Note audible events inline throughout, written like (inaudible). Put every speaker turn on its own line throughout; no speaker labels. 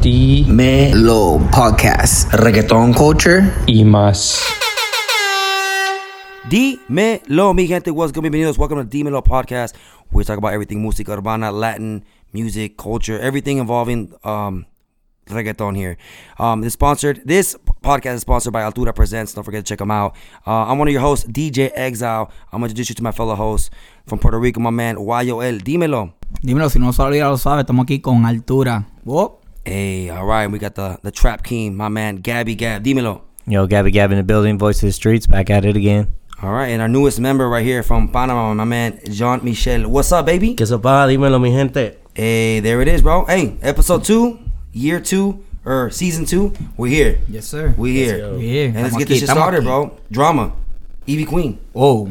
ti
Melo Podcast. Reggaeton Culture.
y más.
Dímelo, mi gente. What's good? Bienvenidos. Welcome to Dímelo Podcast. We talk about everything música urbana, Latin, music, culture, everything involving um, reggaeton here. Um, this sponsored. This podcast is sponsored by Altura Presents. Don't forget to check them out. Uh, I'm one of your hosts, DJ Exile. I'm going to introduce you to my fellow host from Puerto Rico, my man, Wayoel. Dímelo.
Dímelo, si no sabes, ya lo sabes, estamos aquí con altura. Oh,
Hey, all right. We got the, the Trap King, my man, Gabby Gab. Dímelo.
Yo, Gabby Gab in the building, voice of the streets, back at it again.
All right. And our newest member right here from Panama, my man, Jean Michel. What's up, baby?
¿Qué sopa? Dímelo, mi gente.
Hey, there it is, bro. Hey, episode two, year two, or season two. We're here.
yes, sir.
We here.
Yeah,
And let's
estamos
get
aquí,
this shit
estamos
started,
aquí.
bro. Drama. Evie Queen.
Oh,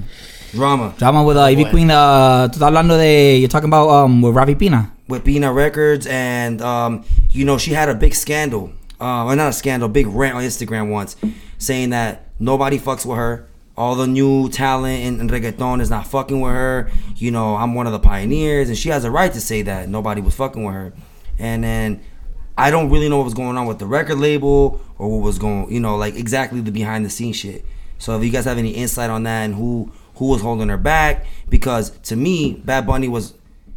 Drama.
drama with uh, Ivy Queen. Uh, tú estás hablando de. You're talking about um, with Ravi Pina.
With Bina Records, and, um, you know, she had a big scandal. Uh, well, not a scandal, big rant on Instagram once saying that nobody fucks with her. All the new talent in, in reggaeton is not fucking with her. You know, I'm one of the pioneers, and she has a right to say that nobody was fucking with her. And then I don't really know what was going on with the record label or what was going, you know, like exactly the behind the scenes shit. So if you guys have any insight on that and who who was holding her back, because to me, Bad Bunny was,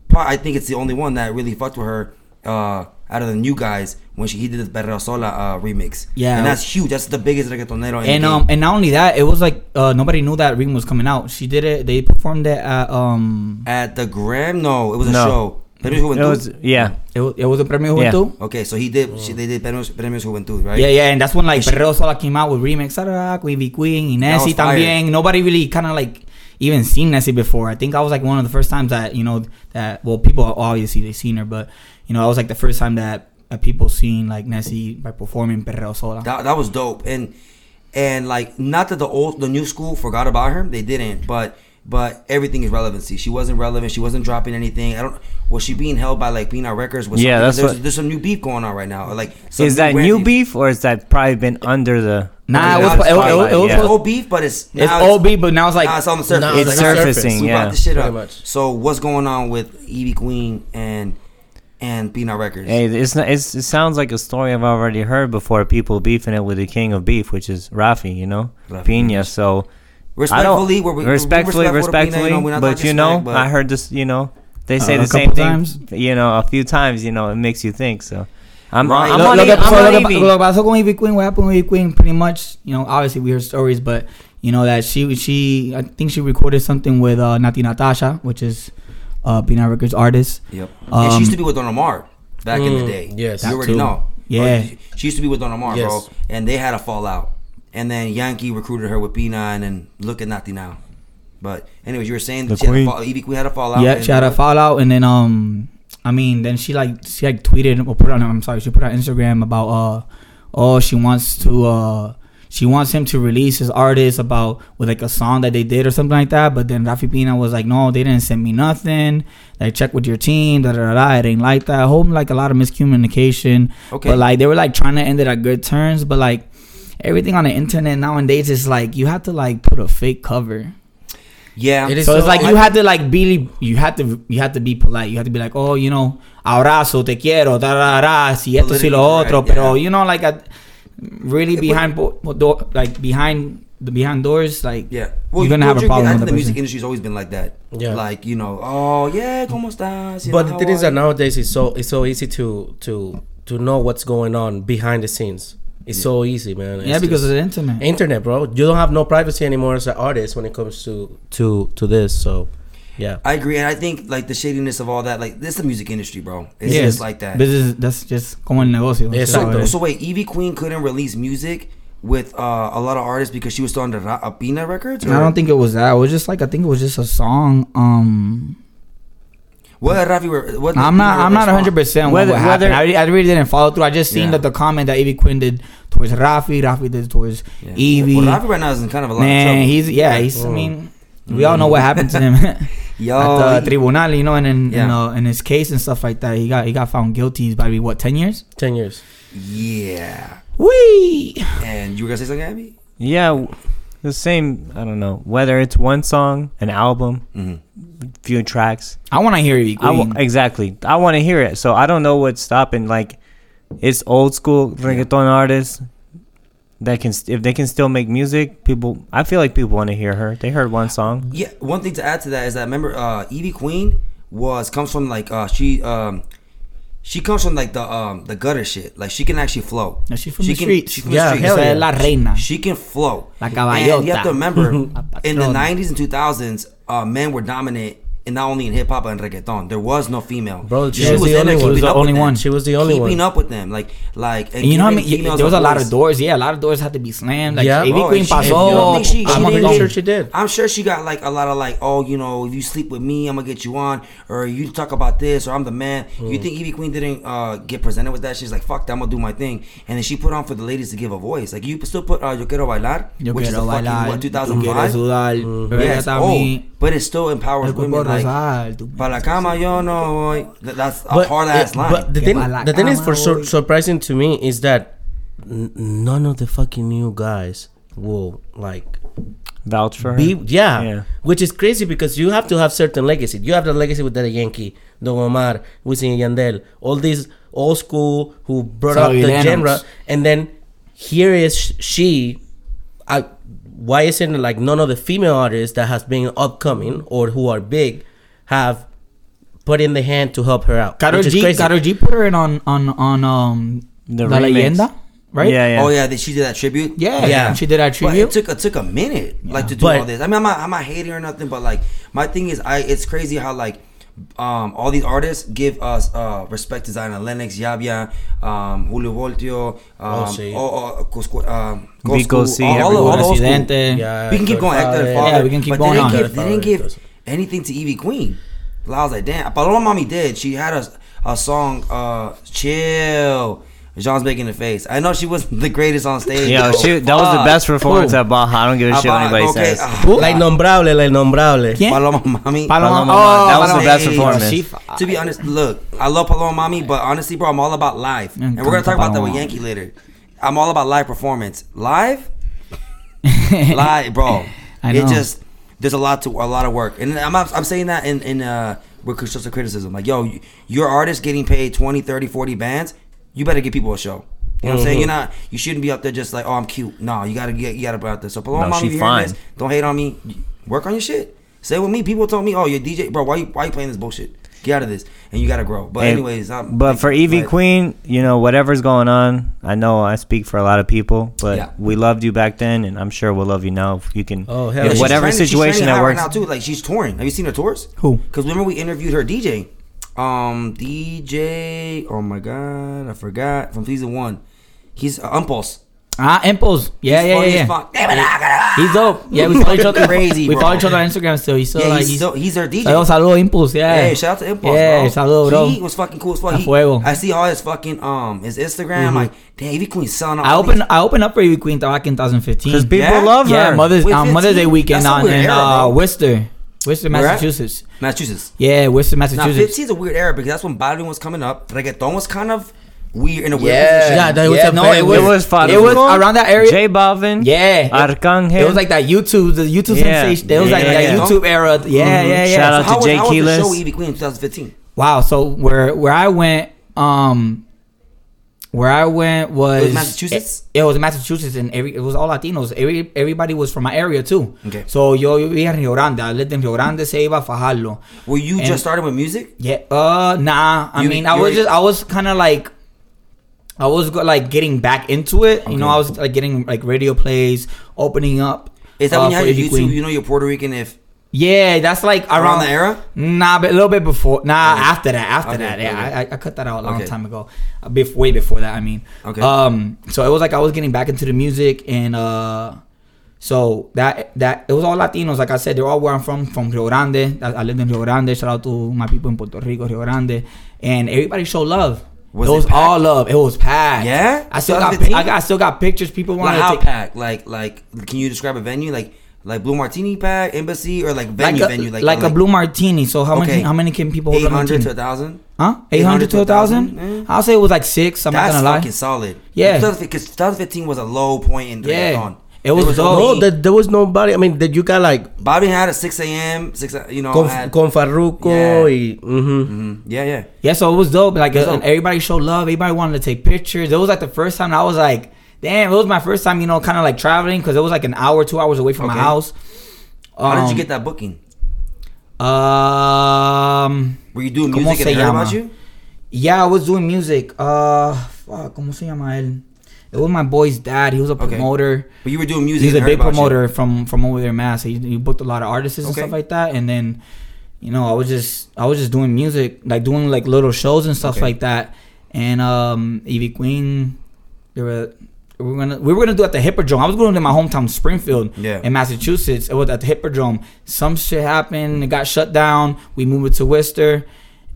pro- I think it's the only one that really fucked with her uh, out of the new guys when she he did the Perra Sola uh, remix.
Yeah.
and that's huge. That's the biggest reggaetonero. In
And
the
um,
game.
and not only that, it was like uh, nobody knew that Ring was coming out. She did it. They performed it at um.
at the Gram, no, it was a
No.
show. Perú Juventud.
It was, yeah.
It, wa- it was a premio
Yeah.
juventud.
okay, so he did. She, they did Premios, Premios Juventud, right?
Yeah, yeah, and that's when like Perreo Sola came out with remix Arac, with Ivy Queen,
That was
Inesi
fire.
también. Nobody really kind of like even seen Nessie before. I think I was like one of the first times that you know that well people obviously they seen her, but you know I was like the first time that uh, people seen like Nessie by performing Perreo Sola.
That, that was dope. And and like not that the old the new school forgot about her, they didn't, but but everything is relevancy. She wasn't relevant. She wasn't dropping anything. I don't. Was she being held by like being our records? Was
Yeah,
something-
that's
there's,
what-
there's some new beef going on right now. or, Like some
Is that new
brand-
beef or is that probably been under the.
Nah,
Now
it was-
it's
it was- it
spotlight,
was-
yeah.
it was-
old beef, but it's
it's
now
old beat, but now it's like
now it's on the surface.
It's
Like,
surfacing,
We
yeah.
brought this shit
Pretty
up.
much.
So what's going on with Evie Queen and and Being Our Records?
Hey, it's not. It's, it sounds like a story I've already heard before. People beefing it with the king of beef, which is Rafi, you know,
Rafi
Pina. So
Respectfully,
I
we're-
don't,
we're- we're
respectfully,
respectful to Pina, you
respectfully.
know, we're not
but
talking
you know,
smack, but-
I heard this. You know, they say the
Uh, a
same
couple
thing.
times?
You know, a few times. You know, it makes you think. So I'm.
Right.
I'm
Look-
on
lo,
E-
que,
I'm
so,
on
lo, que,
Evie.
lo que pasó con Ivy Queen, what happened with Ivy Queen, pretty much, you know, obviously we heard stories, but you know that she she I think she recorded something with uh, Nati Natasha, which is uh, Pina Records artist.
Yep.
Um,
and she used to be with Don Omar back in the
Mm,
day.
yes,
You
that
already
too.
know.
Yeah.
Or She used to be with Don Omar, bro.
Yes.
And they had a fallout. And then Yankee recruited her with Pina and then look at Nati now. But anyways, you were saying that she had a
queen.
fall, Evie Queen had a fallout.
yeah,
and-
she had a fallout, and then um, I mean, then she like she like tweeted or put on I'm sorry, she put on Instagram about uh, oh she wants to uh. She wants him to release his artist about with like a song that they did or something like that. But then Rafi Pina was like, "No, they didn't send me nothing. Like check with your team. Da da da. da. It ain't like that. Home like a lot of miscommunication.
Okay.
But like they were like trying to end it at good terms. But like everything on the internet nowadays is like you have to like put a fake cover.
Yeah.
It is
So, it's
So
like
I-
you had to like be you had to you had to be polite. You had to be like, oh, you know, abrazo, te quiero, da da da, si esto si lo
Politically
otro,
correct,
pero
yeah.
you know, like a, really behind bo- bo- door, like behind the behind doors, like
yeah.
you're gonna have a
culture-
problem
I
with
think
the,
the music
person.
industry's always been like that.
Yeah.
Like, you know, oh, yeah, como estas? You
But
know,
the thing
how
is that
are you?
nowadays it's so it's so easy to to to know what's going on behind the scenes. It's so easy, man.
Yeah,
It's
because of
just-
the internet.
internet, bro. You don't have no privacy anymore as an artist when it comes to to to this. So, yeah.
I agree. And I think, like, the shadiness of all that, like, this is the music industry, bro. It's
Yeah,
just like that.
Business, that's just como el negocio.
Yeah,
so
exacto.
it
So,
is.
so wait, Evie Queen couldn't release music with uh, a lot of artists because she was still under Ra- uh, Pina Records.
I don't think it was that. It was just like I think it was just a song. Um,
What did Rafi? were- What did
I'm not.
Pina
I'm not
respond?
100 percent what
Whether-
happened.
whether-
I, re- I really didn't follow through. I just seen
Yeah.
that the comment that Evie Quinn did towards Rafi, Rafi did towards
Yeah.
Evie.
Well, Rafi right now is in kind of a lot of
Man,
trouble.
he's yeah. He's. I mean, we all know what happened to
(laughs)
him (laughs)
Yo,
at the
he-
tribunal, you know, and in, in,
Yeah.
uh, in his case and stuff like that. He got he got found guilty. He's probably what 10 years.
Ten years.
yeah.
Wee.
And you were gonna say something, Abby?
Yeah, w- the same. I don't know whether it's one song, an album,
Mm-hmm.
few tracks.
I want to hear Evie
I w-
Queen.
exactly. I want to hear it. So I don't know what's stopping. Like it's old school reggaeton artists that can st- if they can still make music, people. I feel like people want to hear her. They heard one song.
Yeah, one thing to add to that is that remember uh Evie Queen was comes from like uh she um she comes from like the um the gutter shit. Like she can actually flow.
Yeah, she's from the
can,
streets.
She's from the
Yeah,
streets.
hell
Esa es la reina.
She can flow.
La
And you have
caballota.
to
(laughs)
remember
La
in the
patrona.
90s and 2000s uh men were dominant and not only in hip hop but in reggaeton. There was no female.
Bro, she
was the
in there
only one. She was
keeping
the
up with
only
them.
one.
She was the only
Keeping
one.
up with them. Like like
And you know what I mean?
giving
Yeah,
females
There was a lot
voice.
of doors. Yeah, a lot of doors had to be slammed. Like,
Yeah.
yeah.
Oh,
Queen
and she-
pasó.
you don't think she- Oh.
a
she
I'm
didn't
montón.
sure she did.
I'm sure she got like a lot of like, oh, you know, if you sleep with me, I'm gonna get you on, or you talk about this, or I'm the man. You
Mm.
think Evie Queen didn't uh, get presented with that? She's like, fuck that, I'm gonna do my thing. And then she put on for the ladies to give a voice. Like you still put uh, Yo Quiero Bailar,
Yo
which is a
quiero
fucking
bailar.
what
tú quieres
2005.
sudar.
Yes,
Regresa a
oh,
mí.
but it still empowers
El cuerpo
women. Like,
rosal. tú-
para la cama yo no voy. Th- That's a hard ass
it-
line.
but the
Que
thing,
pa' la
the thing is,
cama
for sur-
voy.
surprising to me is that n- none of the fucking new guys will like
Vouch for her.
be yeah,
Yeah.
which is crazy because you have to have certain legacy. You have the legacy with Daddy Yankee, Don Omar, Wisin and Yandel, all these old school who brought up
Sorry,
the
Lennox.
genre, and then here is sh- she. I, why isn't it like none of the female artists that has been upcoming or who are big have put in the hand to help her out?
Karol
which is
G,
crazy.
Karol G put her in on on on um
The
La
remix.
Leyenda, right?
Yeah, yeah.
Oh yeah, that she did that tribute.
yeah,
Yeah.
She did that
But
tribute.
it took it took a minute like to do
But-
all this. I mean, I'm not I'm not hating or nothing, but like my thing is, I it's crazy how like um all these artists give us uh respect to Zion Lennox, Yabia, um Julio Voltio, um,
sí.
oh, oh, Cusco, um,
Vico,
Coscu,
sí,
all, all, all,
everyone.
all old school.
Presidente.
Yeah,
we can keep going. Hector
Godfather.
the Father.
Yeah, we can keep
but
going
They
on.
didn't, give, they didn't
Godfather.
give anything to Evie Queen. Like, I was like, damn. Paloma Mommy did. She had a, a song, uh, Chill. Jean's making the face. I know she wasn't (laughs) the greatest on stage.
Yo,
though.
she, that was the
Fuck.
best performance at Baja. I don't give a shit what
About-
anybody
okay,
says.
uh,
La innombrable, la innombrable.
¿Quién?
Paloma
Paloma,
Mami.
Paloma-
Mami. that was
Paloma
the best
Mami.
performance.
She-
To be honest, look, I love Paloma Mami, but honestly, bro, I'm all about live. And we're gonna talk about that with Yankee later. I'm all about live performance. Live? (laughs) Live, bro.
I
It
know.
just there's a lot to a lot of work. And I'm not- I'm saying that in in uh with constructive criticism. Like, yo, you- your artist getting paid 20, 30, 40 bands, you better give people a show. You know what I'm
Mm-hmm.
saying? You're not. You shouldn't be up there just like, oh, I'm cute. No, you gotta get. You gotta be out there. So Paloma,
No,
Mami,
she
you hearing
fine.
this? Don't hate on me. Work on your shit. Say with me. People told me, "Oh, you're DJ, bro. Why you why you playing this bullshit? Get out of this." And you gotta grow. But
And-
anyways, I'm,
but for Evie
like,
Queen, you know whatever's going on, I know I speak for a lot of people, but
Yeah.
we loved you back then, and I'm sure we'll love you now. If you can,
Oh, hell
in
yeah.
she's
whatever
trending- she's
situation
trending
that
high
works.
right now too. Like she's touring. Have you seen her tours?
Who?
Because remember we interviewed her DJ, um, DJ. Oh my god, I forgot from season one. He's uh, Impulse.
(laughs) Ah, Impulse. Yeah,
He's
yeah,
funny
yeah.
as
yeah.
fuck. Damn it, I gotta-
He's dope. Yeah, we follow each other.
Crazy,
we
bro.
follow each other on Instagram still. He's still
Yeah,
like
he's, so, he's her DJ.
Saludos, saludos, Impulse. Yeah.
Hey, shout out to Impulse,
Yeah,
bro.
saludos, bro.
He was fucking cool as fuck.
A
He-
fuego. Mm-hmm.
I see all his fucking um his Instagram. Like, damn, Evie Queen selling out.
I
all
opened
these-
I opened up for Evie Queen back in 2015.
Because people
Yeah?
love her.
yeah, Mother's
With
uh, Mother's Day
15?
weekend
That's a
on
weird
in
era,
uh,
bro.
Worcester, Worcester,
Where at?
Massachusetts.
Massachusetts.
Yeah, Worcester,
Now,
Massachusetts.
15 is a weird era because that's when Biden was coming up. Reggaeton was kind of weird in a weird position.
Yeah, that was
Yeah,
a
no,
very
it
It
was-
weird-
was Father
it was
Fon,
around that area-
J Balvin.
Yeah.
Arcangel.
It was like that YouTube, the YouTube
Yeah.
sensation. It was like
Yeah,
that
yeah.
YouTube era.
Mm-hmm.
Yeah,
Mhm.
yeah, yeah.
Shout
So
out
how
to
was,
Jay
how was the
Keelis.
show Evie Queen in 2015?
Wow. So where where I went, um, where I went was,
It was Massachusetts?
It, it was Massachusetts, and every it was all Latinos. Every everybody was from my area too.
Okay.
So yo, yo vivía en Rio Grande. I lived in Rio Grande, Ceiba, Fajardo.
Were you
And-
just starting with music?
Yeah. Uh. Nah. I
You-
mean, I
you
was
already-
just I was kind of like. I was go, like getting back into it, you know. I was like getting like radio plays, opening up.
Is that
uh,
when you
for
had your
Ivy
YouTube,
Queen.
you know, you're Puerto Rican if
Yeah, that's like around,
around the era?
Nah, but a little bit before. Nah, after that. After
Okay,
that, yeah,
okay.
I, I- I cut that out a long
Okay.
time ago. Uh, Bef- way before that, I mean.
Okay.
Um. So it was like I was getting back into the music, and uh, so that that it was all Latinos. Like I said, they're all where I'm from, from Rio Grande. I, I lived in Rio Grande. Shout out to my people in Puerto Rico, Rio Grande, and everybody showed love.
Was
it
it
was
packed?
all love. It was packed.
Yeah?
I still got.
2015?
I, got I still got pictures. People
Like
wanted
how
to take.
packed? Like like can you describe a venue? Like like Blue Martini pack, Embassy, or like venue
like a,
venue? Like
like a blue martini. So how
Okay.
many how many can people hold
Eight
a martini?
hundred to a thousand.
Huh? 800 to 1,000?
1,000?
I'll say it was like six. I'm
That's
not going
fucking
to lie.
solid.
Yeah.
because 2015 was a low point in
Yeah.
reggaeton.
It was dope.
Bro, there, there was nobody. I mean, that you got like
Bobby had a 6 a.m. 6 a- you know
Oh,
con,
had-
con Farruko
Yeah.
y- mhm.
Mhm. yeah yeah
Yeah, so it was dope. Like
It's
uh,
dope.
everybody showed love. Everybody wanted to take pictures. It was like the first time I was like, damn, it was my first time, you know, kind of like traveling because it was like an hour, two hours away from
Okay.
my house.
how did
Um,
you get that booking
Um,
were you doing
¿Cómo
music and
se
they heard about
llama?
you
yeah, I was doing music. Uh, fuck, ¿cómo se llama él? It was my boy's dad. He was a
Okay.
promoter.
but you were doing music
He's
and
a
they
big
heard about you.
promoter from from over there, Mass. He, he booked a lot of artists and
Okay.
stuff like that. And then, you know, I was just I was just doing music, like doing like little shows and stuff
Okay.
like that. And um, Evie Queen, they were. We were gonna we were gonna do it at the Hippodrome. I was going to my hometown Springfield,
Yeah.
in Massachusetts. It was at the Hippodrome. Some shit happened. It got shut down. We moved it to Worcester,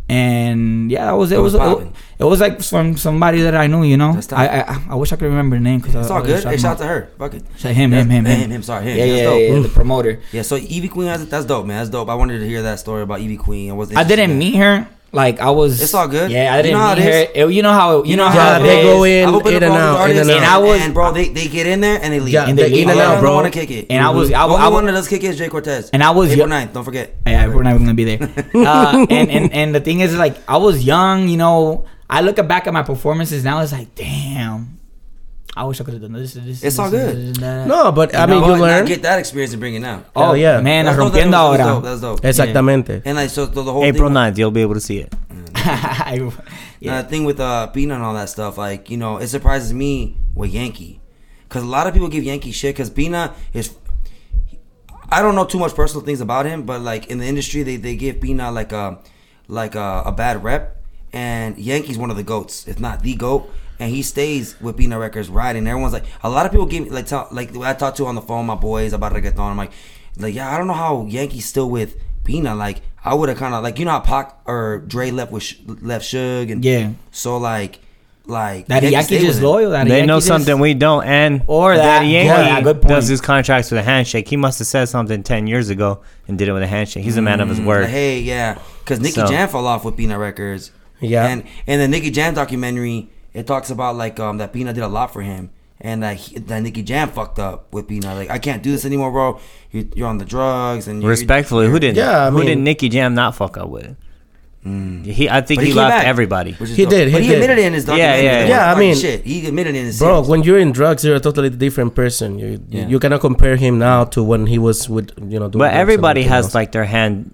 and yeah, that was it.
It was
was,
poppin'.
it, was like from somebody that I knew. You know,
That's tough.
I, I I wish I could remember the name because
it's all good hey shout out to her fuck it
Say him, him, him,
That's-
him.
him, him, sorry, him.
Yeah,
That's
yeah,
dope.
yeah, the promoter.
yeah so Evie Queen has it that's dope man that's dope I wanted to hear that story about Evie Queen I was
I didn't meet her. Like I was.
It's all good.
Yeah, I
You
didn't
know how
meet
it
her.
is.
It- you know how you know
Yeah,
how it
they
is.
go in.
I've opened
in
up
and
all these
out, in
artists
and out.
And I was-
and bro they, they get in there E and they leave
Yeah,
And
the
they
in
leave.
and
Yeah,
out,
I
bro.
want to kick it
And I was- I w-
The
I
only
w-
one that does kick it is Jay Cortez
And I was
April
yo-
9th don't forget
(laughs) Yeah, we're not even gonna be there. Uh, and, and and the thing is, like, I was young. You know, I look back at my performances now. It's like, damn, I wish I could have done this. this
It's
this,
all
this,
good.
this, and that.
No, but I
You
mean,
know
you
But now
learn.
get that experience and bring it now
Oh
Hell yeah.
yeah, man,
That's dope, that's
rompiendo
dope, that's
ahora.
dope, that's dope
Exactamente.
and like so the, the whole
April
thing
9th, you'll be able to see it.
Now,
(laughs) yeah.
the thing with uh, Pina and all that stuff, like, you know, it surprises me with Yankee. Because a lot of people give Yankee shit because Pina is. I don't know too much personal things about him, but, like, in the industry, they, they give Pina, like, a, like a, a bad rep. And Yankee's one of the GOATs, if not the GOAT. And he stays with Pina Records riding. Everyone's like, a lot of people give me, like, tell, like I talked to on the phone, my boys, about reggaeton. I'm like, like, yeah, I don't know how Yankee's still with Pina. Like, I would have kind of, like, you know how Pac or Dre left with Sh- left Suge and
Yeah.
so like, like
That Yankee just loyal. That
They know
Yankee just-
something we don't, and
Or that-
Daddy
yeah,
Yankee
good point.
does his contracts with a handshake. He must have said something ten years ago and did it with a handshake. He's a man of his
Mm, Like,
word.
hey, yeah, because Nicki
So-
Jam fell off with Peanut Records.
Yeah.
and and the Nicki Jam documentary it talks about like um that Peanut did a lot for him. And that, he, that Nicki Jam fucked up with Peanut. Like, I can't do this anymore, bro. You, you're on the drugs and you
Respectfully, who didn't?
Yeah, I
who did
mean-
Nicky Jam not fuck up with? He, I think
Mm. But
he,
came
left
back,
everybody.
which is
He
dope.
did, he
but he
did.
admitted it in his
Yeah, yeah, yeah.
documentary.
Yeah, I
Fucking
mean-
shit. He admitted it in his
Bro,
series.
when you're in drugs, you're a totally different person. You
Yeah.
you cannot compare him now to when he was with you know. doing drugs
But
and
everybody
everything
has
else.
like their hand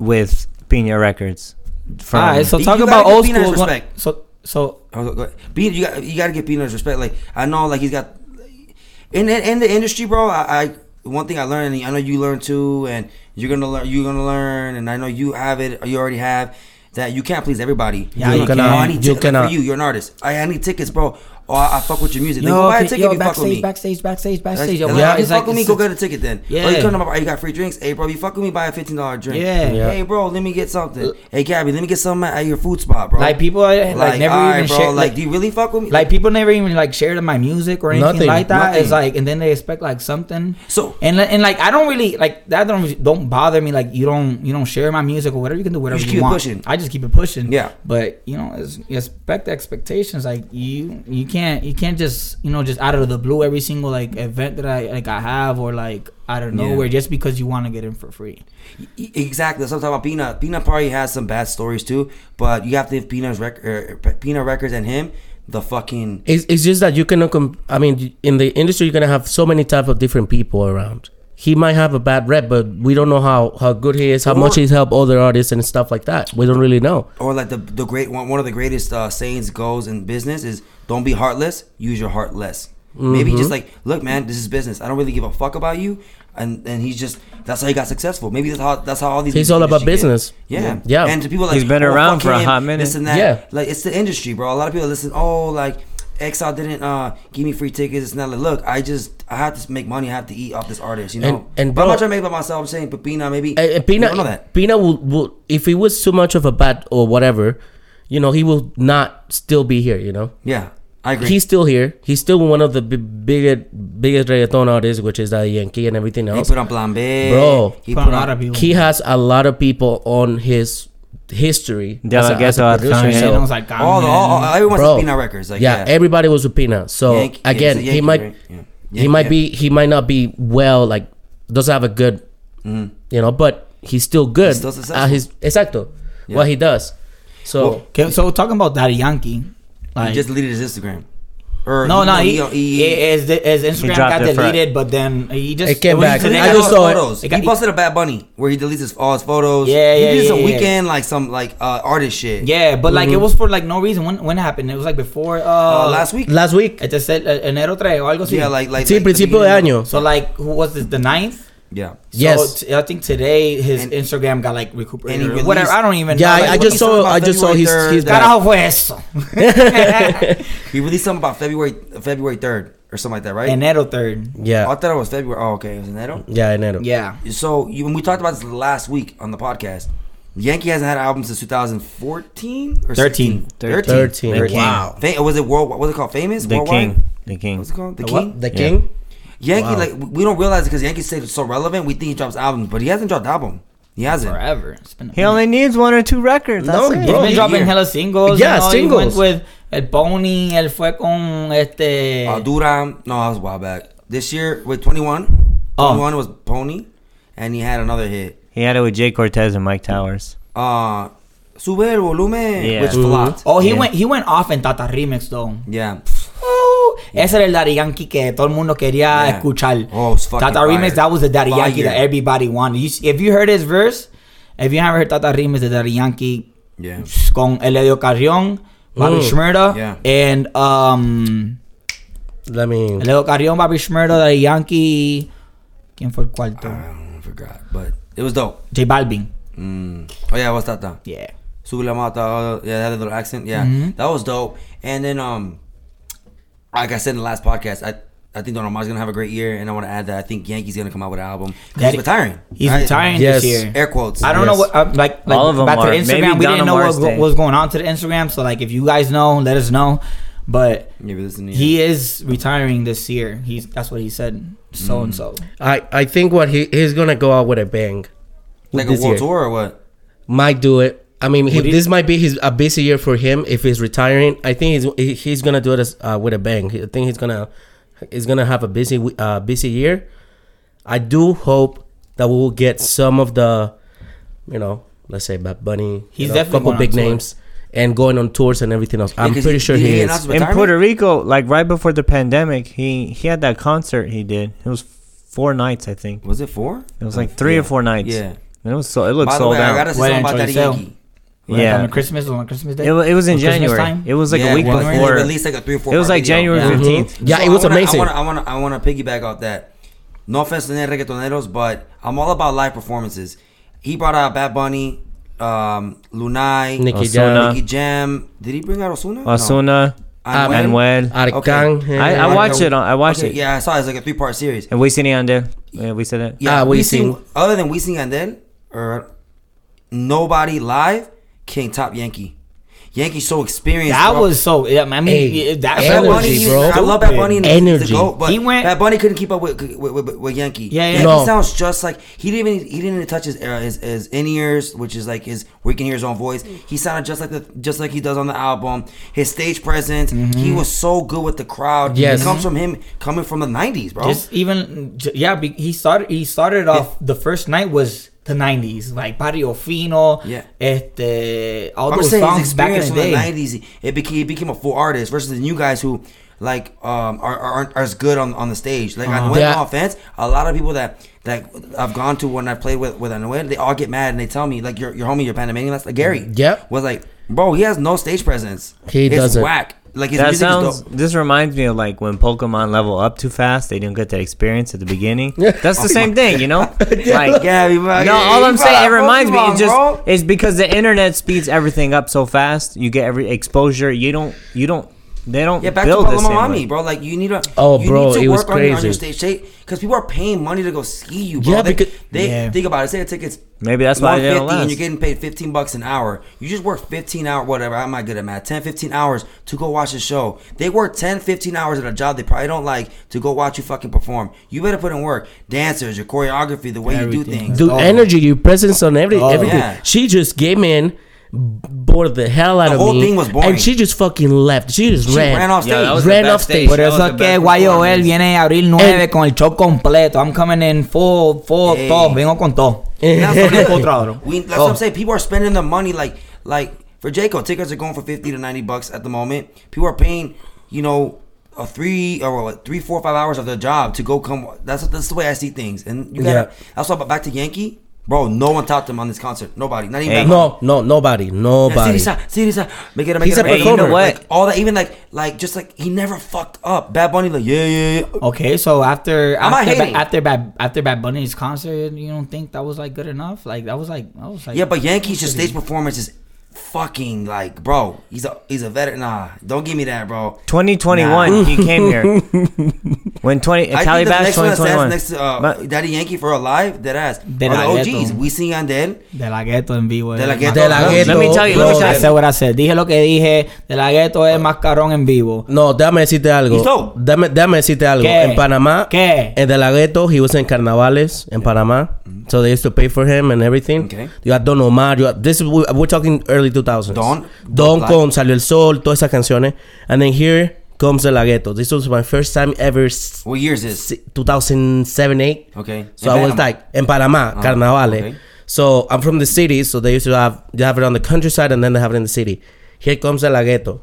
with Pina Records. From
All right, Ah, so
You
talk
gotta
about
give
old
Pina his
school.
respect.
So so
Hold on, go ahead. Be- you got you got to give Pino his respect. Like I know, like he's got in in, in the industry, bro. I, I one thing I learned, and I know you learned too, and you're gonna learn. You're gonna learn, and I know you have it. Or you already have that. You can't please everybody.
Yeah,
you,
you
Oh, I
cannot.
need
You
ti- like, for
cannot.
you, you're an artist. I, I need tickets, bro. Oh, I, I fuck with your music. Then go buy a
okay,
ticket
yo,
if you fuck with me.
backstage, backstage, backstage,
Like,
backstage.
like,
Yeah.
you
it's
fuck
like-
with me,
it's-
go get a ticket then. Yeah. Oh, you
Yeah.
talking about? You got free drinks? Hey, bro, you fuck with me, buy a fifteen dollar drink.
Yeah.
Yeah.
Hey, bro, let me get something. Hey, Gabby, let me get something at your food spot, bro.
Like people are, like, never
alright,
even
bro.
share-
like,
like-
do you really fuck with me?
like people never even like shared my music or anything
Nothing,
like that. It's
nothing.
like and then they expect like something.
So-
and li- and like I don't really like that. Don't don't bother me. Like you don't you don't share my music or whatever. You can do whatever you,
just keep it
want.
pushing.
I just keep it pushing.
Yeah.
But you know, it's, you expect the expectations. Like you you can't you can't just you know just out of the blue every single like event that I like I have or like out of
Yeah.
nowhere just because you want to get in for free.
E- Exactly. That's what I'm talking about. Peanut. Peanut probably has some bad stories too, but you have to give Peanut's rec- er, P- Peanut Records and him the fucking.
It's, it's just that you cannot. Com- I mean, in the industry, you're gonna have so many type of different people around. He might have a bad rep, but we don't know how, how good he is, how much
Or-
he's helped other artists and stuff like that. We don't really know.
Or like the the great one one of the greatest uh, sayings goes in business is don't be heartless, use your heart less. Maybe
Mm-hmm.
just like look, man, this is business. I don't really give a fuck about you, and and he's just that's how he got successful. Maybe that's how that's how all these
He's all about
industry get.
business.
Yeah,
Yeah.
And to people like oh,
He's been around
fuck
for a
him,
hot minute.
This and that.
Yeah.
like it's the industry, bro. A lot of people listen. Oh, like XL didn't uh, give me free tickets. It's not like look, I just I have to make money. I have to eat off this artist, you know.
And- and
but I'm
bro-
not trying to make it about myself. I'm saying Pepina maybe. I
And, and Eh, Pina,
don't know that.
Pina will, will, if it was too much of a bad or whatever, you know, he will not still be here. You know,
Yeah, I agree.
he's still here. He's still one of the b- biggest biggest reggaeton artists, which is the Yankee and everything
he
else.
put on Plan B,
Bro.
He
Put
put
a lot
on.
of people.
He has a lot lot of people on his history.
De La Ghetto Arcángel.
And
so-
I was like, "Ah,
All the all, all, everyone's on Pina Records. Like
yeah, everybody was with Pina. So
Yank- yeah,
again,
he's a
he
Yankee,
might
right? Yeah.
he might
yeah.
be he might not be well like doesn't have a good you know, but he's still
Mm.
good.
He's still successful.
at his exacto
Yeah.
what he does. So
Well,
Okay, so talking about Daddy Yankee, like
he just deleted his Instagram. Or
no, no,
he,
he, his, his Instagram got
dropped it for-
deleted, but then he just
It came
was
back.
today.
I
all
just
his
saw it.
photos.
It got-
he posted a Bad Bunny where he deletes his, all his photos.
Yeah, yeah,
He did
yeah,
some
yeah.
weekend like some like uh, artist shit.
Yeah, but like it
Mm-hmm.
was for like no reason. When when it happened? It was like before uh,
Uh, last week.
last week,
Este es el- el uh, enero 3 o algo así.
yeah, like like.
sí,
like the
principio de
beginning
año.
so like who was this the ninth?
Yeah.
Yes.
So t- I think today his
And-
Instagram got like
and he
recuperated. or
released-
whatever. I don't even.
Yeah,
know.
I-
like,
I
what
just
he-
he saw
saw.
about
I just saw
February
his
third,
his
that-
back.
Carajo fue eso.
He released something about February February third or something like that,
(laughs)
right?
Enero 3rd.
I
Yeah,
thought it was February. Oh, okay, it was Enero.
yeah, enero.
Yeah.
So you, when we talked about this last week on the podcast, Yankee hasn't had an album since 2014 or
13.
13.
13.
The king.
Wow.
Fa- was it world? What was it called? Famous.
The
Worldwide?
king. The king.
What's it called? The,
The,
King.
what? the
Yeah.
king?
Yankee.
Wow.
Like we don't realize it because Yankee stayed so relevant. We think he drops albums, but he hasn't dropped album. He hasn't.
Forever. It's been a
He only needs one or two records. That's
No,
it.
He's
bro.
been
he-
dropping
yeah.
hella singles.
Yeah,
you know,
singles.
He went with El Pony, él fue con este.
Uh, Duram. No, that was a while back. This year with 21.
Oh.
21 was Pony, and he had another hit.
He had it with Jay Cortez and Mike Towers.
Uh, Sube el volumen,
Yeah.
which
Mhm.
flopped.
oh, he
Yeah.
went he went off in Tata Remix though.
Yeah.
Oh, Ese era el Daddy Yankee que todo el mundo quería
Yeah.
Ah, escuchar.
Oh, it's fucking
Tata Remix,
fire.
that was the Daddy Yankee
Fire.
that everybody wanted. You, if you heard his verse, if you haven't heard Tata Remix, the Daddy Yankee
Yeah.
con Eladio Carrión, Bobby
Mm.
Shmurda,
Yeah.
and um,
Let me.
Eladio Carrión, Bobby Shmurda, Daddy Yankee. ¿Quién fue el cuarto?
I forgot, but it was dope.
J Balvin.
Mm. Oh yeah, what's that though?
Yeah.
Sube la mata. uh, Yeah, that little accent. Yeah,
Mm-hmm.
that was dope. And then, um, like I said in the last podcast, I I think Don Omar's gonna have a great year, and I want to add that I think Yankees gonna come out with an album. 'Cause
That-
He's retiring.
He's
right?
retiring
Yes.
this year.
Air quotes.
I don't know
Yes.
what uh, like, like
All of 'em
back to
are.
the
Maybe
Instagram. we
Donna
didn't know
Morris
what
Day.
what was going on to the Instagram. So like, if you guys know, let us know. But
Maybe listen. To
he is retiring this year. He's that's what he said. So and so.
I I think what he he's gonna go out with a bang.
like a
this
world
year.
tour or what?
Might do it. I mean, he,
Would he-
this might be his a busy year for him if he's retiring. I think he's he- he's gonna do it as, uh, with a bang. I think he's gonna he's gonna have a busy w- uh, busy year. I do hope that we will get some of the, you know, let's say Bad Bunny,
He's
you know,
definitely
couple
going on
big
tour.
names, and going on tours and everything else. I'm
Because
pretty sure he
announced
is.
his retirement?
In Puerto Rico, like right before the pandemic, he he had that concert he did. It was four nights, I think.
Was it four?
It was like three or four nights.
Yeah.
And it was so it looked
By the
sold
way, I
out.
gotta say
Well,
something about that
enjoy yourself.
Yankee.
Yeah.
On Christmas on Christmas Day.
it, wa- it was in
On Christmas
January.
time?
It was like
yeah,
a week
but they
before.
released like a three or four.
It was
part
like
video.
January
Yeah.
Mhm.
15th.
Yeah,
So
it was
I wanna, I
amazing.
want to I wanna, I wanna piggyback off that. No offense to the reggaetoneros, but I'm all about live performances. He brought out Bad Bunny, um, Lunai,
Nicky
Osuna.
Jam,
Nicky Jam. Did he bring out Osuna?
Osuna,
Ah,
Manuel.
Manuel.
Arcángel.
I, I watched it. On, I watched
Okay,
it.
yeah, I saw it. It's like a three part series.
And we seen it on there. Yeah, we said that.
Yeah,
Ah,
we
Wisin.
sing. Other than we sing and then, or nobody live can top Yankee. Yankee's so experienced.
that
bro.
was so. Yeah, I mean,
Hey,
yeah, that
Bad Bunny,
energy,
he-
bro.
I love Bad Bunny. and
Energy.
The GOAT, but
He went-
Bad Bunny couldn't keep up with with, with, with Yankee.
Yeah, yeah.
Yankee
No.
sounds just like he didn't even he didn't even touch his uh, his, his in ears, which is like his where he can hear his own voice. He sounded just like the just like he does on the album. His stage presence, he was so good with the crowd.
Yes.
it comes from him coming from the '90s, bro.
Just even j- yeah, be- he started. He started off the first night was the '90s, like Barrio Fino.
Yeah.
este, all
I'm
those
saying his
songs back in
experience
the
from the
day.
'90s, it became he became a full artist versus the new guys who. Like um are, are aren't as good on, on the stage. Like
Uh-huh.
Anuel,
Yeah.
no offense, a lot of people that that I've gone to when I played with with Anuel, they all get mad and they tell me like your your homie, your Panamanian, that's like Gary.
Yep.
was like, bro, he has no stage presence.
He
it's
doesn't.
Whack. Like his
That
music
sounds.
is dope.
This reminds me of like when Pokemon level up too fast. They didn't get that experience at the beginning. That's the same thing, you know. Like,
Oh (laughs) Yeah, we- we-
no, all
we
I'm
brought
saying,
up
it reminds me.
Pokemon,
It's just
bro.
it's because the internet speeds everything up so fast. You get every exposure. You don't. You don't. They don't
Yeah, back
build
to
this.
Pablo
same way.
Mami, bro. Like you need to.
Oh,
you
bro,
need to
it was
work on your- On your
crazy.
stage shape because people are paying money to go see you, bro.
Yeah,
they,
because-
they
Yeah.
think about it. Say a ticket's
Maybe that's why they don't
150 and you're
last.
getting paid 15 bucks an hour. You just work 15 hour, whatever. I'm not good at math. 10, 15 hours to go watch a show. They work 10, 15 hours at a job they probably don't like to go watch you fucking perform. You better put in work. Dancers, your choreography, the way you do
Everything.
things.
Dude,
Oh.
energy, your presence on every
Oh.
everything.
Yeah.
She just came in bored the hell out
The
of
whole
me.
thing was boring.
And she just fucking left. She just
She
ran.
ran off stage.
Yeah, that was
Ran
the best
off
stage.
stage.
Por
That
eso
was the
es que
best
YOL
performance.
viene a abril 9 con el show completo. I'm coming in full, full,
Hey.
todo. Vengo con todo. Oh.
That's
Vengo
what-
con todo.
(laughs)
we, that's
Todo.
Oh.
what I'm saying. People are spending their money like like for Jaco. Tickets are going for fifty to ninety bucks at the moment. People are paying, you know, a three or what, three, four, five hours of their job to go come. That's that's the way I see things. And you gotta.
Yeah.
That's why but back to Yankee, bro. No one topped him on this concert. Nobody. Not even. that one.
No, no, nobody,
Yeah,
nobody.
Sirisa, Sirisa, make it, make
He's
it,
a
make it.
performer.
Like, all that, even like, like, just like he never fucked up. Bad Bunny, like, yeah, yeah, yeah.
Okay, so after
I'm not
after ba-
hating.
after Bad after Bad Bunny's concert, you don't think that was like good enough? Like that was like I was like
Yeah, but Yankees just stage performance is fucking like, bro. He's a he's a veteran. Nah, don't give me that, bro.
2021, he came
(laughs)
here. when 20,
I
Cali
think the
Bash
next one that stands
2021.
next to uh,
But-
Daddy Yankee for alive, dead ass.
De
Or
La
the
Ghetto.
OGs, we sing Andel.
de la ghetto en vivo.
De La
es
Ghetto.
De la
Let
ghetto.
me tell you, let me
bro.
tell
I said what I said. Dije lo que dije. De la ghetto es mascarón en vivo.
No, déjame decirte algo.
Listo.
Dame, déjame decirte algo.
¿Qué?
En Panamá,
¿Qué?
en De La Ghetto, he was in carnavales in Panama. So they used to pay for him and everything.
Okay.
You had Don Omar. You had, this is, we- we're talking early 2000s.
Don-
Don
Black.
con Salió el Sol, todas esas canciones. And then here comes De La Ghetto. This was my first time ever, s-
What year is this?
2007, 8.
Okay.
So
In
I was
Panama.
like, in
Oh,
Panama, carnavales.
okay.
So I'm from the city, so they used to have, they have it on the countryside and then they have it in the city. Here comes De La Ghetto.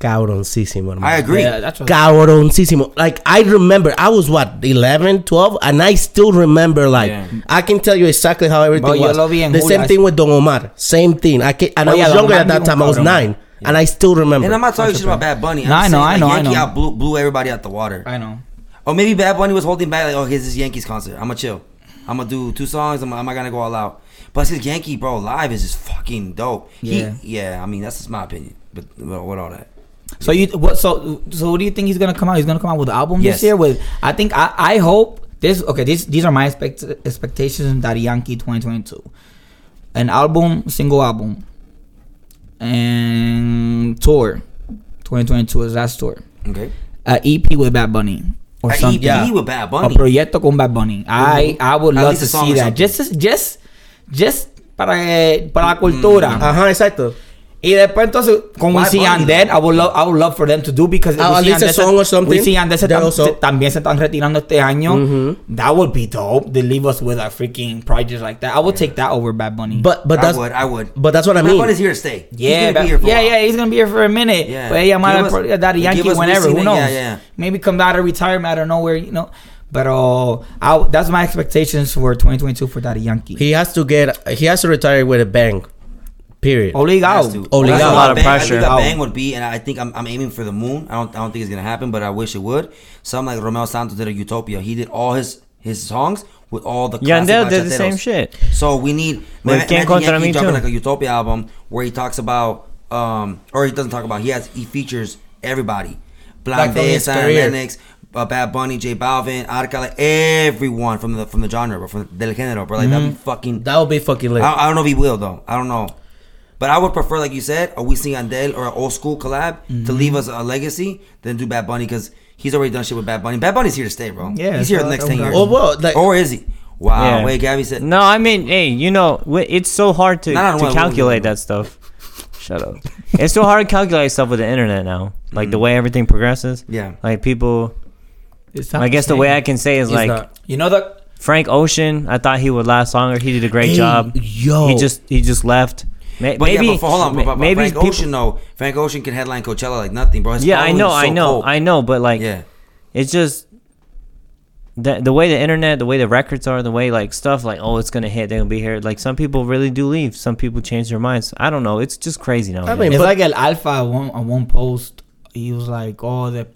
Cabroncísimo, hermano.
I agree.
Yeah, that's what-
Cabroncísimo. Like, I remember, I was what, 11, 12? And I still remember, like,
Yeah.
I can tell you exactly how everything
Bro, yo
was.
lo vi en
the
Julia.
same thing with Don Omar. Same thing. I can, And
Oh,
I
yeah,
was
Don
younger
Omar
at that
vi un
time. I was
cabrón.
nine. And I still remember.
And I'm not talking shit about Bad Bunny. I'm
No, I
just
know,
saying,
I know,
like,
I
Yankee
know.
out blew, blew everybody out the water.
I know.
Or maybe Bad Bunny was holding back, like, oh, here's this Yankees concert. I'ma chill. I'ma do two songs. I'm, I'm not gonna go all out. Plus, his Yankee bro live is just fucking dope.
Yeah.
He, yeah. I mean, that's just my opinion. But, but what all that?
So you what? So so what do you think he's gonna come out? He's gonna come out with an album
Yes.
this year. With I think I I hope this. Okay, these these are my expect, expectations in Daddy Yankee 2022. An album, single album, and tour. 2022 is last tour.
Okay.
A EP with Bad Bunny or
Or
something.
EP E with Bad Bunny.
A proyecto con Bad Bunny. I I would
At
love
least
to
a song
see
or
that.
something.
Just just just para que- para la cultura.
Mm.
Ajá, exacto.
Y después entonces con
Why
We See
Bunny,
Undead, I would love I would love for them to do because
Ah, at
We See
least a
Undead
song
se-
or something.
We See Undead se
That
tam-
also.
se- también se están retirando este año. That would be dope. They leave us with a freaking project like that. I would take that over Bad Bunny.
But, but
I
that's.
would, I would.
But that's what I
Bad
mean.
Bunny's here to stay. He's
yeah,
gonna
Bad-
be here for a
yeah,
while.
yeah, he's gonna be here for a minute.
Yeah.
Puede llamar
Give
al
us-
pro- Daddy
give
Yankee
us
whenever. Who
listening,
knows?
yeah, yeah.
Maybe come out of retirement out of nowhere. You know. But uh, I, that's my expectations for 2022 for Daddy Yankee.
He has to get. He has to retire with a bang. Period.
Obligado.
Has to.
Oh,
Only
That's what
got a lot
I
of
bang-
pressure.
I think a
Out.
bang would be, and I think I'm, I'm aiming for the moon. I don't I don't think it's gonna happen, but I wish it would. Some like Romeo Santos did a Utopia. He did all his his songs with all the classic
Yandel did the
bachateros.
same shit.
So we need
With
Ma-
Quien
imagine
Contra
Yankee
Mi
dropping
too.
like a Utopia album where he talks about um or he doesn't talk about he has he features everybody. Black
Like from
Bay,
his
Simon
career.
Lennox, uh, Bad Bunny, J Balvin, Arca, like everyone from the from the genre, bro, from del género, bro. Like that'd
Mm-hmm.
be fucking
That would be fucking lit.
I, I don't know if he will though. I don't know. But I would prefer, like you said, a We Sing Andel or an old school collab to leave us a legacy than do Bad Bunny because he's already done shit with Bad Bunny. Bad Bunny's here to stay, bro.
Yeah,
he's here
so
the next
I
ten
don't
years.
know. Oh, well, like-
or is he? Wow.
Yeah.
Wait, Gabby said.
No, I mean, hey, you know, wi- it's so hard to,
No, no,
to
no, no,
calculate
no, no.
that stuff. Shut up. it's so hard to calculate stuff with the internet now. Like the way everything progresses.
Mm. Yeah.
Like people,
It's not
I guess the way I
same.
can say is
He's
like
not.
you know the
Frank Ocean. I thought he would last longer. He did a great
Hey,
job.
yo.
he just he just left. May-
But
maybe
yeah, but for, hold on. But,
ma-
but
maybe
Frank
people-
Ocean though, Frank Ocean can headline Coachella like nothing, bro. His
Yeah, I
following
know,
is so
I know,
cold.
I know. But like,
Yeah.
it's just the the way the internet, the way the records are, the way like stuff like oh it's gonna hit, they're gonna be here. Like some people really do leave. Some people change their minds. I don't know. It's just crazy now.
I mean,
It's
but-
like El Alpha on one, on one post. He was like, oh, de-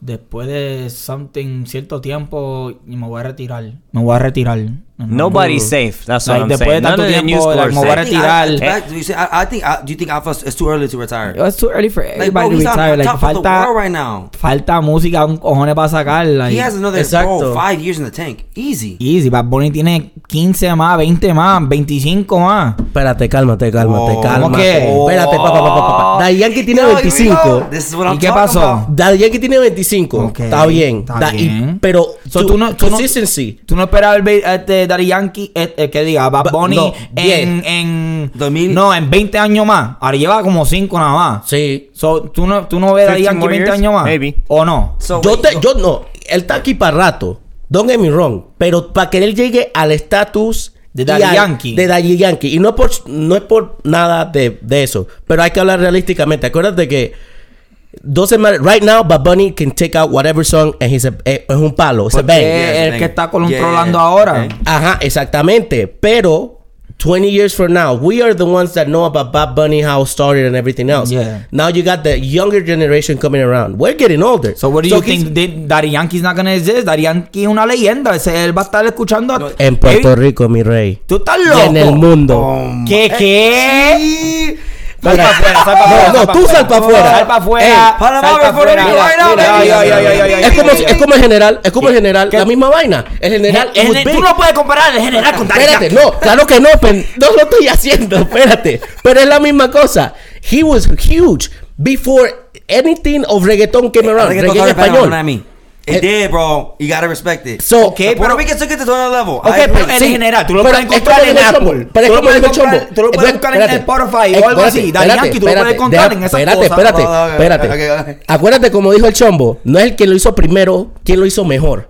después de something, cierto tiempo, y me voy a retirar. Me voy a retirar. And
Nobody's
I'm
safe. That's what
Like,
I'm
después de
saying. None
tanto
of the news
tiempo,
corps
like, me voy
say-
a
I think I-
retirar.
back- do you say- I I think I- do you think Alpha is too early to retire?
like, "Oh, It's too early for everybody
Like, bro,
to
he's on
retire. Like,
top of the
falta,
world right now.
falta música, un cojones para sacar. Like,
He has another bro,
Exacto.
five years in the tank, easy.
Easy, Bad Bunny tiene 15 más, 20 más, 25 más.
Espérate, cálmate, cálmate,
Oh,
cálmate.
¿cómo que?
Espérate, papá, papá, papá. Daddy Yankee tiene
Yo, here we
25.
go. This is what I'm
¿Y qué
talking
pasó?
about.
Daddy Yankee tiene 25.
Ok,
está bien.
está
Da- y-
bien.
pero
So,
tu-
tú no- tú no-
consistency.
Tú no esperabas el ba- este Daddy Yankee, eh, eh, que diga, Bad
Ba-
Bunny
no,
en,
diez.
en
2000.
no, en 20 años más. Ahora lleva como 5 nada más.
Sí.
So, ¿tú no, tú no ves a Daddy
15
Yankee
more
20
years?
años más?
Maybe.
¿O no?
So
yo,
wait,
te,
go-
yo no. Él está aquí para rato. Don't get me wrong. Pero para que él llegue al estatus
De
y
Daddy
al-
Yankee.
De Daddy Yankee. Y no es por, no es por nada de, de eso. Pero hay que hablar realísticamente. Acuérdate que. Doesn't matter. Right now, Bad Bunny can take out whatever song and he's a, eh, es un palo. Es a
Porque
bang.
Yes,
el
bang.
que está
Yeah, yeah,
controlando
yeah.
ahora.
Okay.
Ajá, exactamente. Pero 20 years from now, we are the ones that know about Bad Bunny, how it started, and everything else.
Yeah.
Now you got the younger generation coming around. We're getting older.
So, what do you
he's-
think? Did- Daddy Yankee's not gonna exist. Daddy Yankee es una leyenda. Ese- él va a estar escuchando. a-
En Puerto
Ey,
Rico, mi rey.
Tú estás
Y
loco. Oh.
en el mundo.
Um,
¿Qué, qué? Sal
Mira.
pa' afuera, sal pa' afuera,
No, no,
pa'
tú sal pa' afuera.
Sal pa' afuera.
Ey.
sal
Para la
pa'
madre,
afuera.
Florida, right now,
Mira,
baby.
mira, mira, mira, mira,
Es
mira,
como,
mira.
es como el general, es como el general,
¿Qué?
la misma vaina. El general, it
El-
was
el-
big.
Tú no puedes comparar el general con Daddy
Espérate,
Yankee.
no, claro que no, pero no lo estoy haciendo, espérate. Pero es la misma cosa. He was huge before anything of reggaeton
Eh,
came
I
around.
think it
Reggae en
goes back on
español.
what I mean. It,
It-
did, bro. You gotta respect it.
So,
Okay,
Puerto
pero-
Rican took it to another level.
Ok,
I agree.
pero en
Sí,
general, tú lo
pero
puedes
es
encontrar
como
en
el
Apple.
Chumbo, pero es
tú lo
como
puedes
el
comprar-
Chumbo.
tú lo puedes
Espérate,
buscar en Spotify o algo
espérate,
así. Daddy
espérate,
Yankee, tú lo puedes
espérate,
encontrar en
deja-
esas
Espérate,
cosas.
espérate,
No, no, no,
espérate.
ok, ok, ok.
Acuérdate, como dijo el Chombo, no es el que lo hizo primero, quien lo hizo mejor.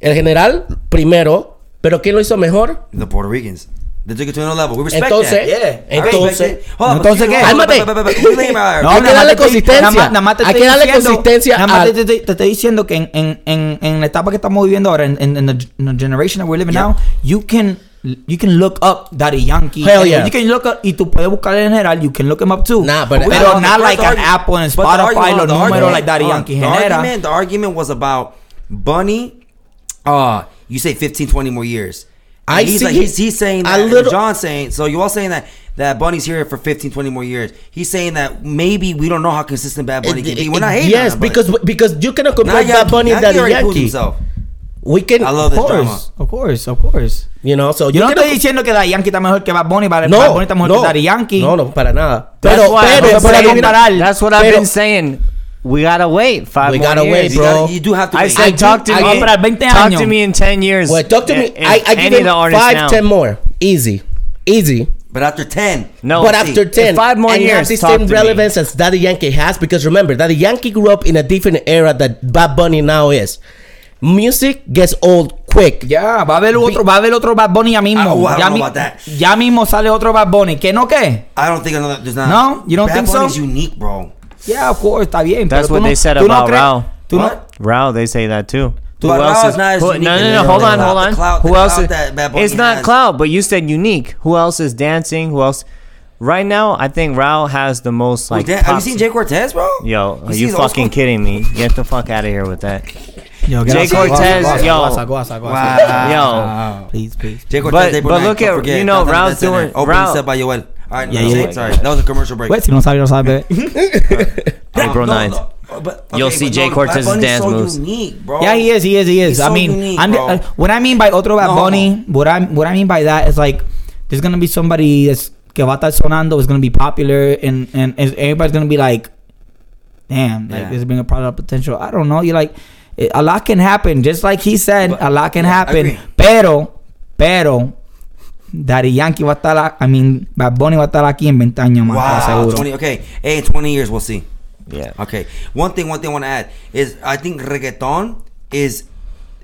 El general, primero, pero ¿quién lo hizo mejor?
The Puerto Ricans. They took it to another level. We respect
Entonces-
that.
Yeah.
I respect
entonces-
it. Hold on, but
entonces,
you-
¿qué?
hold on,
Cálmate.
but- but- but- but- wait, wait, wait.
No, hay que
nada
darle
más te estoy-
consistencia.
nada más- nada más te
Hay
estoy
que darle
diciendo-
consistencia
Nada más
al-
te, te- te estoy diciendo que en, en, en, en la etapa que estamos viviendo ahora, en, en, en the, in the generation that we're living now, you can you can look up Daddy Yankee.
Hell
And
yeah.
You can look up, y tú puedes buscar en general, you can look him up too.
Nah, but-
pero,
Pero
on the
not
first
like an
argu-
Apple and
but the
Spotify,
argument-
los
the
números
argument-
like Daddy
hold on.
Yankee
The
genera.
argument, the argument was about Bunny. Uh, you say 15, 20 more years. And
I
he's
see
like, he's, he's saying
a
that. and
little-
John's saying so. You all saying that that Bunny's here for 15, 20 more years. He's saying that maybe we don't know how consistent Bad Bunny can be. We're not hating.
Eh,
pues.
on
Yes,
him, but-
because because you cannot
Now
compare Bad
Yankee-
Bunny and
Yankee
Daddy
already proved
Yankee.
himself.
We can,
I love
of
this
course,
drama.
Of course, of course.
you know, so you
Yo no
cannot
estoy diciendo que Daddy Yankee está mejor que Bad Bunny, Bad
No,
Bad Bunny está mejor
no,
que Daddy Yankee.
No, no, para nada.
That's
Pero,
why
pero,
I'm
pero,
saying-
mira,
That's what I've
pero-
been saying. We gotta wait five
We
more
gotta
years.
wait,
You,
bro.
gotta, you do have to.
I
wait.
said talk to
I
me.
give-
Para 20
talk
años.
to me in ten years.
Well, talk to
If-
me.
if
I, I
any
give
of
him
the artists
five,
now.
ten more. Easy, easy.
but after ten,
No,
but
see,
after
in
ten,
five more
and
years,
have the
talk
same
to me.
relevance as Daddy Yankee has because remember, Daddy Yankee grew up in a different era that Bad Bunny now is. Music gets old quick.
Ya, va a haber otro, va a haber otro Bad Bunny ya mismo.
Ah, wow,
ya,
I don't
mi-
know about that.
ya mismo sale otro Bad Bunny. ¿Qué no qué?
I don't think another. There's not.
No? You don't
Bad
think so?
Bunny's unique, bro.
Yeah, of course, está bien.
That's
pero tú
what
no-
they said
tú no
about
crees-
Rao.
Tú no,
What?
Rao, they say that too. Who else
But Rao
is,
is not as
who-
unique
no,
as
no, no,
Rao.
hold on,
The
hold on.
clout- the
who else?
clout
is-
that Bad Bunny
it's not
has.
cloud, but you said unique. Who else is dancing? Who else? Right now, I think Rao has the most like.
Like, have you
pops-
seen Jay Cortez, bro?
Yo, are
see
you
his old
fucking
school-
kidding me? Get the fuck out of here with
(laughs)
that.
Yo,
Jay
gracias.
Cortez,
Guasa,
yo.
guasa, guasa, guasa.
Wow.
Please, please.
Jay Cortez,
But-
April
but
9th,
look
don't
at-
forget,
you know,
Jonathan
Raul's
Benson and
doing-
Opening
Raul-
set by Yoel. All right,
Yeah,
no,
yeah,
say-
yeah.
sorry, that was a commercial break.
Pues, si no sabe, no sabe, bebé.
April
No, no,
9th.
no, but-
You'll
okay,
see
but
Jay
no, Bad
Cortez's
Bunny's
dance
so
moves.
unique, bro.
Yeah, he is. He is. He is.
He's
I
so
mean,
unique,
I'm
bro.
uh, what I mean by otro Bad
No.
Bunny. What I what I mean by that is like there's gonna be somebody that's que va a estar sonando is gonna be popular and and is, everybody's gonna be like, damn, like
Yeah.
this bring a product potential. I don't know. You're like, it, a lot can happen. Just like he said, a lot can happen.
agree.
Pero, pero. Daddy Yankee va a estar, a- I mean, Bad Bunny va a estar aquí en 20 años más,
Wow,
seguro.
20, okay. Hey, in 20 years, we'll see.
Yeah.
Okay. One thing, one thing I want to add is I think reggaeton is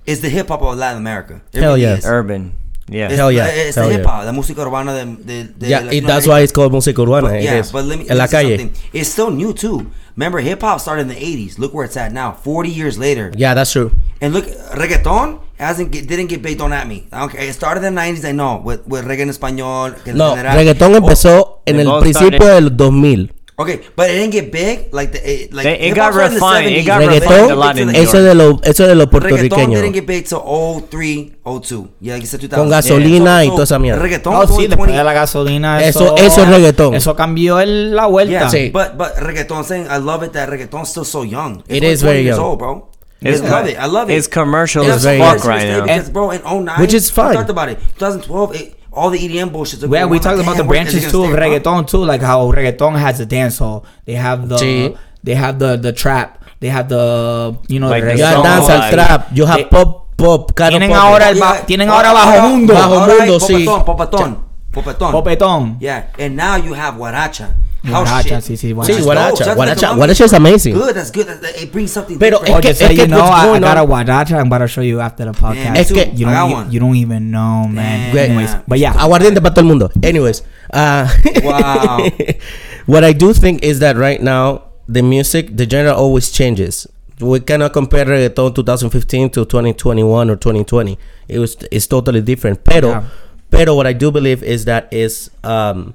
is the hip hop of Latin America. It
Hell
really
yeah. Er,
is.
Urban. Yeah.
It's,
Hell yeah,
It's
hell
the
yeah.
hip hop, la música urbana de, de, de
yeah, it,
Latinoamérica.
that's why it's called music urbana.
But
it
yeah,
is.
but let me.
en la
let me say
calle.
something. It's still new too. Remember, hip hop started in the '80s. Look where it's at now, 40 years later.
Yeah, that's true.
And look, reggaeton hasn't get, didn't get baked on at me. I don't care. It started in the '90s. I know with with reggae en español. en
No,
general. Oh,
reggaetón empezó en
They
el
both
principio
started-
del 2000.
Okay, but it didn't get big like the it, like
They- it
hip
got
hop started in the
refined. It
70s.
got
Reggaeton
refined a lot
didn't
in New
get big
Eso
till
York.
de lo, eso de lo
the- Reggaeton didn't
puertorriqueño.
get big till 03, 02. Yeah, like you said 2000.
Con gasolina
So-
y
so
toda esa mierda.
Reggaeton
Oh,
was
sí,
only
después
20
de la gasolina.
Eso- eso es reggaetón.
Eso cambió el- la vuelta.
Yeah,
Sí.
but but reggaeton I'm saying I love it that reggaeton's still so young. It's
It
only
is very
20 years
young.
old, bro.
It's
I love it. I love it.
it's commercial
And
as
I'm
very
fuck
surprised it's
right
stayed
now.
Because, bro, in 09,
Which is
we
fine.
talked about it. 2012, it, all the EDM bullshit. Like,
Yeah,
oh,
we
I'm
talked
like,
about the
damn, where is it
branches too
gonna
of
stay, huh?
reggaeton too, like how reggaeton has the dance hall. They have the
Sí.
they have the the trap. They have the you know
Like
the
the
You have
Son
dance
vibes.
and trap. You have
Eh,
They-
pop, pop, caro
Tienen
pop.
ahora el ba-
Yeah.
tienen ahora bajo mundo,
Bajo
Ahora hay
Mundo, sí.
Popetón, popetón, popetón.
popetón.
Yeah, and now you have Guaracha. How
Guaracha,
shit.
sí, sí,
Which
Sí,
is dope.
Guaracha,
Sounds like
Guaracha,
a-
Guaracha is amazing.
Good, that's good. That- that- It brings something
Pero
different.
es
Oye,
que-
so
es
you
que
know,
what's
I, I
going
got a
on-
guaracha. I'm about to show you after the podcast.
me
too. Es que-
you
I got
don't, you,
one.
you don't even know, man.
Damn.
Anyways, but yeah,
Aguardiente para todo el mundo. Anyways, uh,
Wow.
(laughs) what I do think is that right now the music, the genre always changes. We cannot compare reggaeton 2015 to 2021 or 2020. It was it's totally different. Pero,
Yeah.
pero what I do believe is that is um,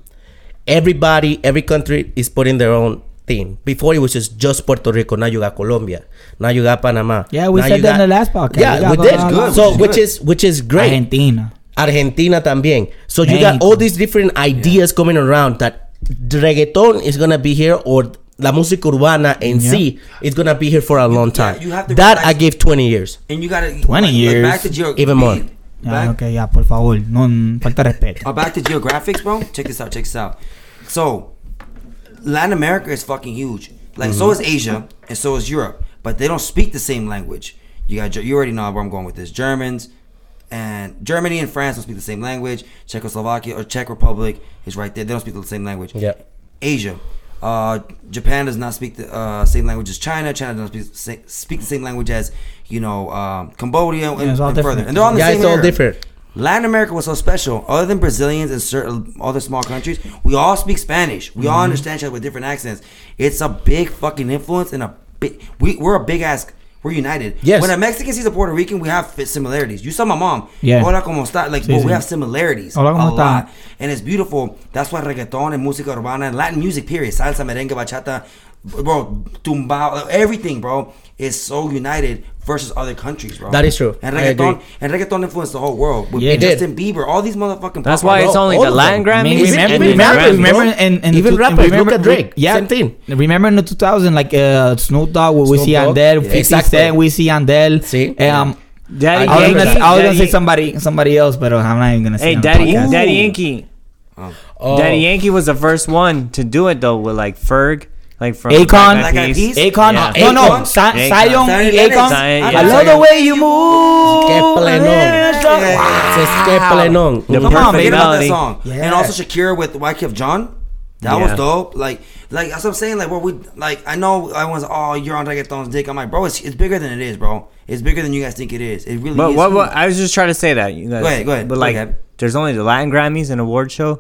everybody, every country is putting their own thing. Before it was just just Puerto Rico. Now you got Colombia. Now you got Panama.
Yeah, we
Now
said
you
that in the last podcast.
Yeah,
We got
we did.
Panama.
Good,
So
which
which
is
is which is great.
Argentina.
Argentina también. So you got
Anything.
all these different ideas coming around that the reggaeton is gonna be here or la música urbana and
Yeah.
see is gonna be here for a long time.
you have to
that I
realize-
give 20 years.
and you gotta
20 years. Uh-huh.
back to geo-
Even more.
Yeah,
Back,
Ah, okay, yeah, por favor, no mm, falta respeto.
uh, back to geographics, bro. Check this out. Check this out. So, Latin America is fucking huge. Like so
Mm-hmm.
is Asia and so is Europe, but they don't speak the same language. You got Ge- you already know where I'm going with this. Germans and Germany and France don't speak the same language. Czechoslovakia or Czech Republic is right there. They don't speak the same language.
Yeah.
Asia. Uh, Japan does not speak the uh, same language as China. China does not speak, sa- speak the same language as you know um, Cambodia and,
Yeah, it's all
and
different.
further. And they're all in the
Yeah,
same
it's all
area.
different.
Latin America was so special. Other than Brazilians and certain other small countries, we all speak Spanish. We all understand each other with different accents. It's a big fucking influence and a big. We, we're a big ass. We're united.
Yes.
When a Mexican sees a Puerto Rican, we have fit similarities. You saw my mom.
Yeah.
Hola como está. Like,
Sí,
but
sí.
we have similarities.
Hola, ¿cómo
a
está?
lot. And it's beautiful. That's why reggaeton and música urbana and Latin music, period. Salsa, merengue, bachata, bro, tumbao, everything, bro, is so united versus other countries, bro.
That is true.
And
I
reggaeton,
agree.
and reggaeton influenced the whole world. With
Yeah. It
did.
Justin Bieber, all these motherfucking.
That's
pop-
why it's
Bro,
only
all
the
of
Latin
them.
I mean,
Grammys
Is it-
and
remember,
the
remember-
Grammys.
remember,
bro.
in, in
Even
the, two-
rappers, look
remember,
at Drake,
Yeah,
same thing.
Remember in the 2000, like uh, Snoop Dogg, we
Snoop
see
Dogg,
Andel,
yeah.
50
Exactly.
Cent, we see Andel.
See?
Um,
Daddy
I was
remember
gonna,
Yankee.
I was gonna say
Daddy-
somebody, somebody else, but I'm not even gonna say.
Hey,
on the
Daddy,
podcast.
Daddy Yankee.
Oh,
Daddy Yankee was the first one to do it though with like Ferg, like from
Akon.
Black
Black Eyed
Eyed Peas.
Peas?
Akon,
Yeah.
no, no,
Akon.
Sa-
Akon.
Zion
Zion
and
Lennox.
Akon.
Zion-
I
yeah.
love the way you
Oh, Qué
move.
plenón. Se es que plenón.
The
Mhm.
Come on,
perfect
forget about that
melody.
song.
Yeah.
And also Shakira with Wyclef John. That was
Yeah.
dope. Like, like that's what I'm saying. Like, what we like. I know I was. Oh, you're on reggaeton's dick. I'm like, bro, it's, it's bigger than it is, bro. It's bigger than you guys think it is. It really
But
is.
what, what I was just trying to say that you guys,
Go ahead, go ahead,
But
go
like,
ahead.
there's only the Latin Grammys and award show,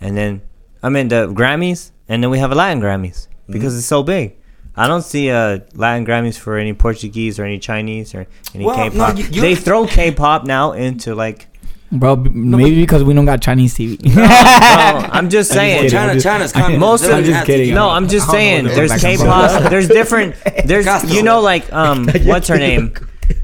and then I mean the Grammys, and then we have a Latin Grammys because
Mm-hmm.
it's so big. I don't see uh, Latin Grammys for any Portuguese or any Chinese or any
Well, no,
K-pop.
you- you-
they
(laughs)
throw K-pop now into like.
Bro, b- maybe because we don't got Chinese TV.
no, I'm just saying.
Well, China,
I'm just-
China's coming.
Most of- I'm
just kidding.
No, I'm just
I don't know
saying.
what
There's
they're talking
K-pop.
about.
There's different.
(laughs)
There's
Costco.
you know like
(laughs)
um what's her name?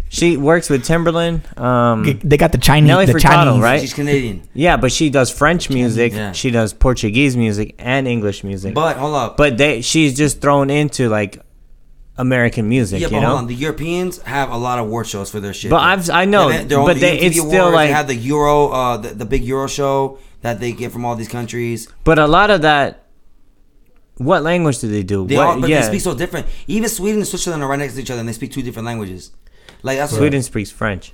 She works with Timberland. Um,
they got the Chinese,
Nelly
the
Furtado,
Chinese,
right?
(laughs)
She's Canadian,
yeah, but she does French music.
yeah.
She does Portuguese music and English music.
but hold up.
but they she's just thrown into like American music.
yeah,
you
but
know.
hold on. The Europeans have a lot of award shows for their shit.
But I've- I know,
And they're on
but
the
they-
MTV
it's still
Awards,
like-
they have the Euro, uh, the, the big Euro show that they get from all these countries.
But a lot of that. What language do they do?
They
what,
all, but they speak so different. Even Sweden and Switzerland are right next to each other, and they speak two different languages. Like that's what-
Sweden speaks French.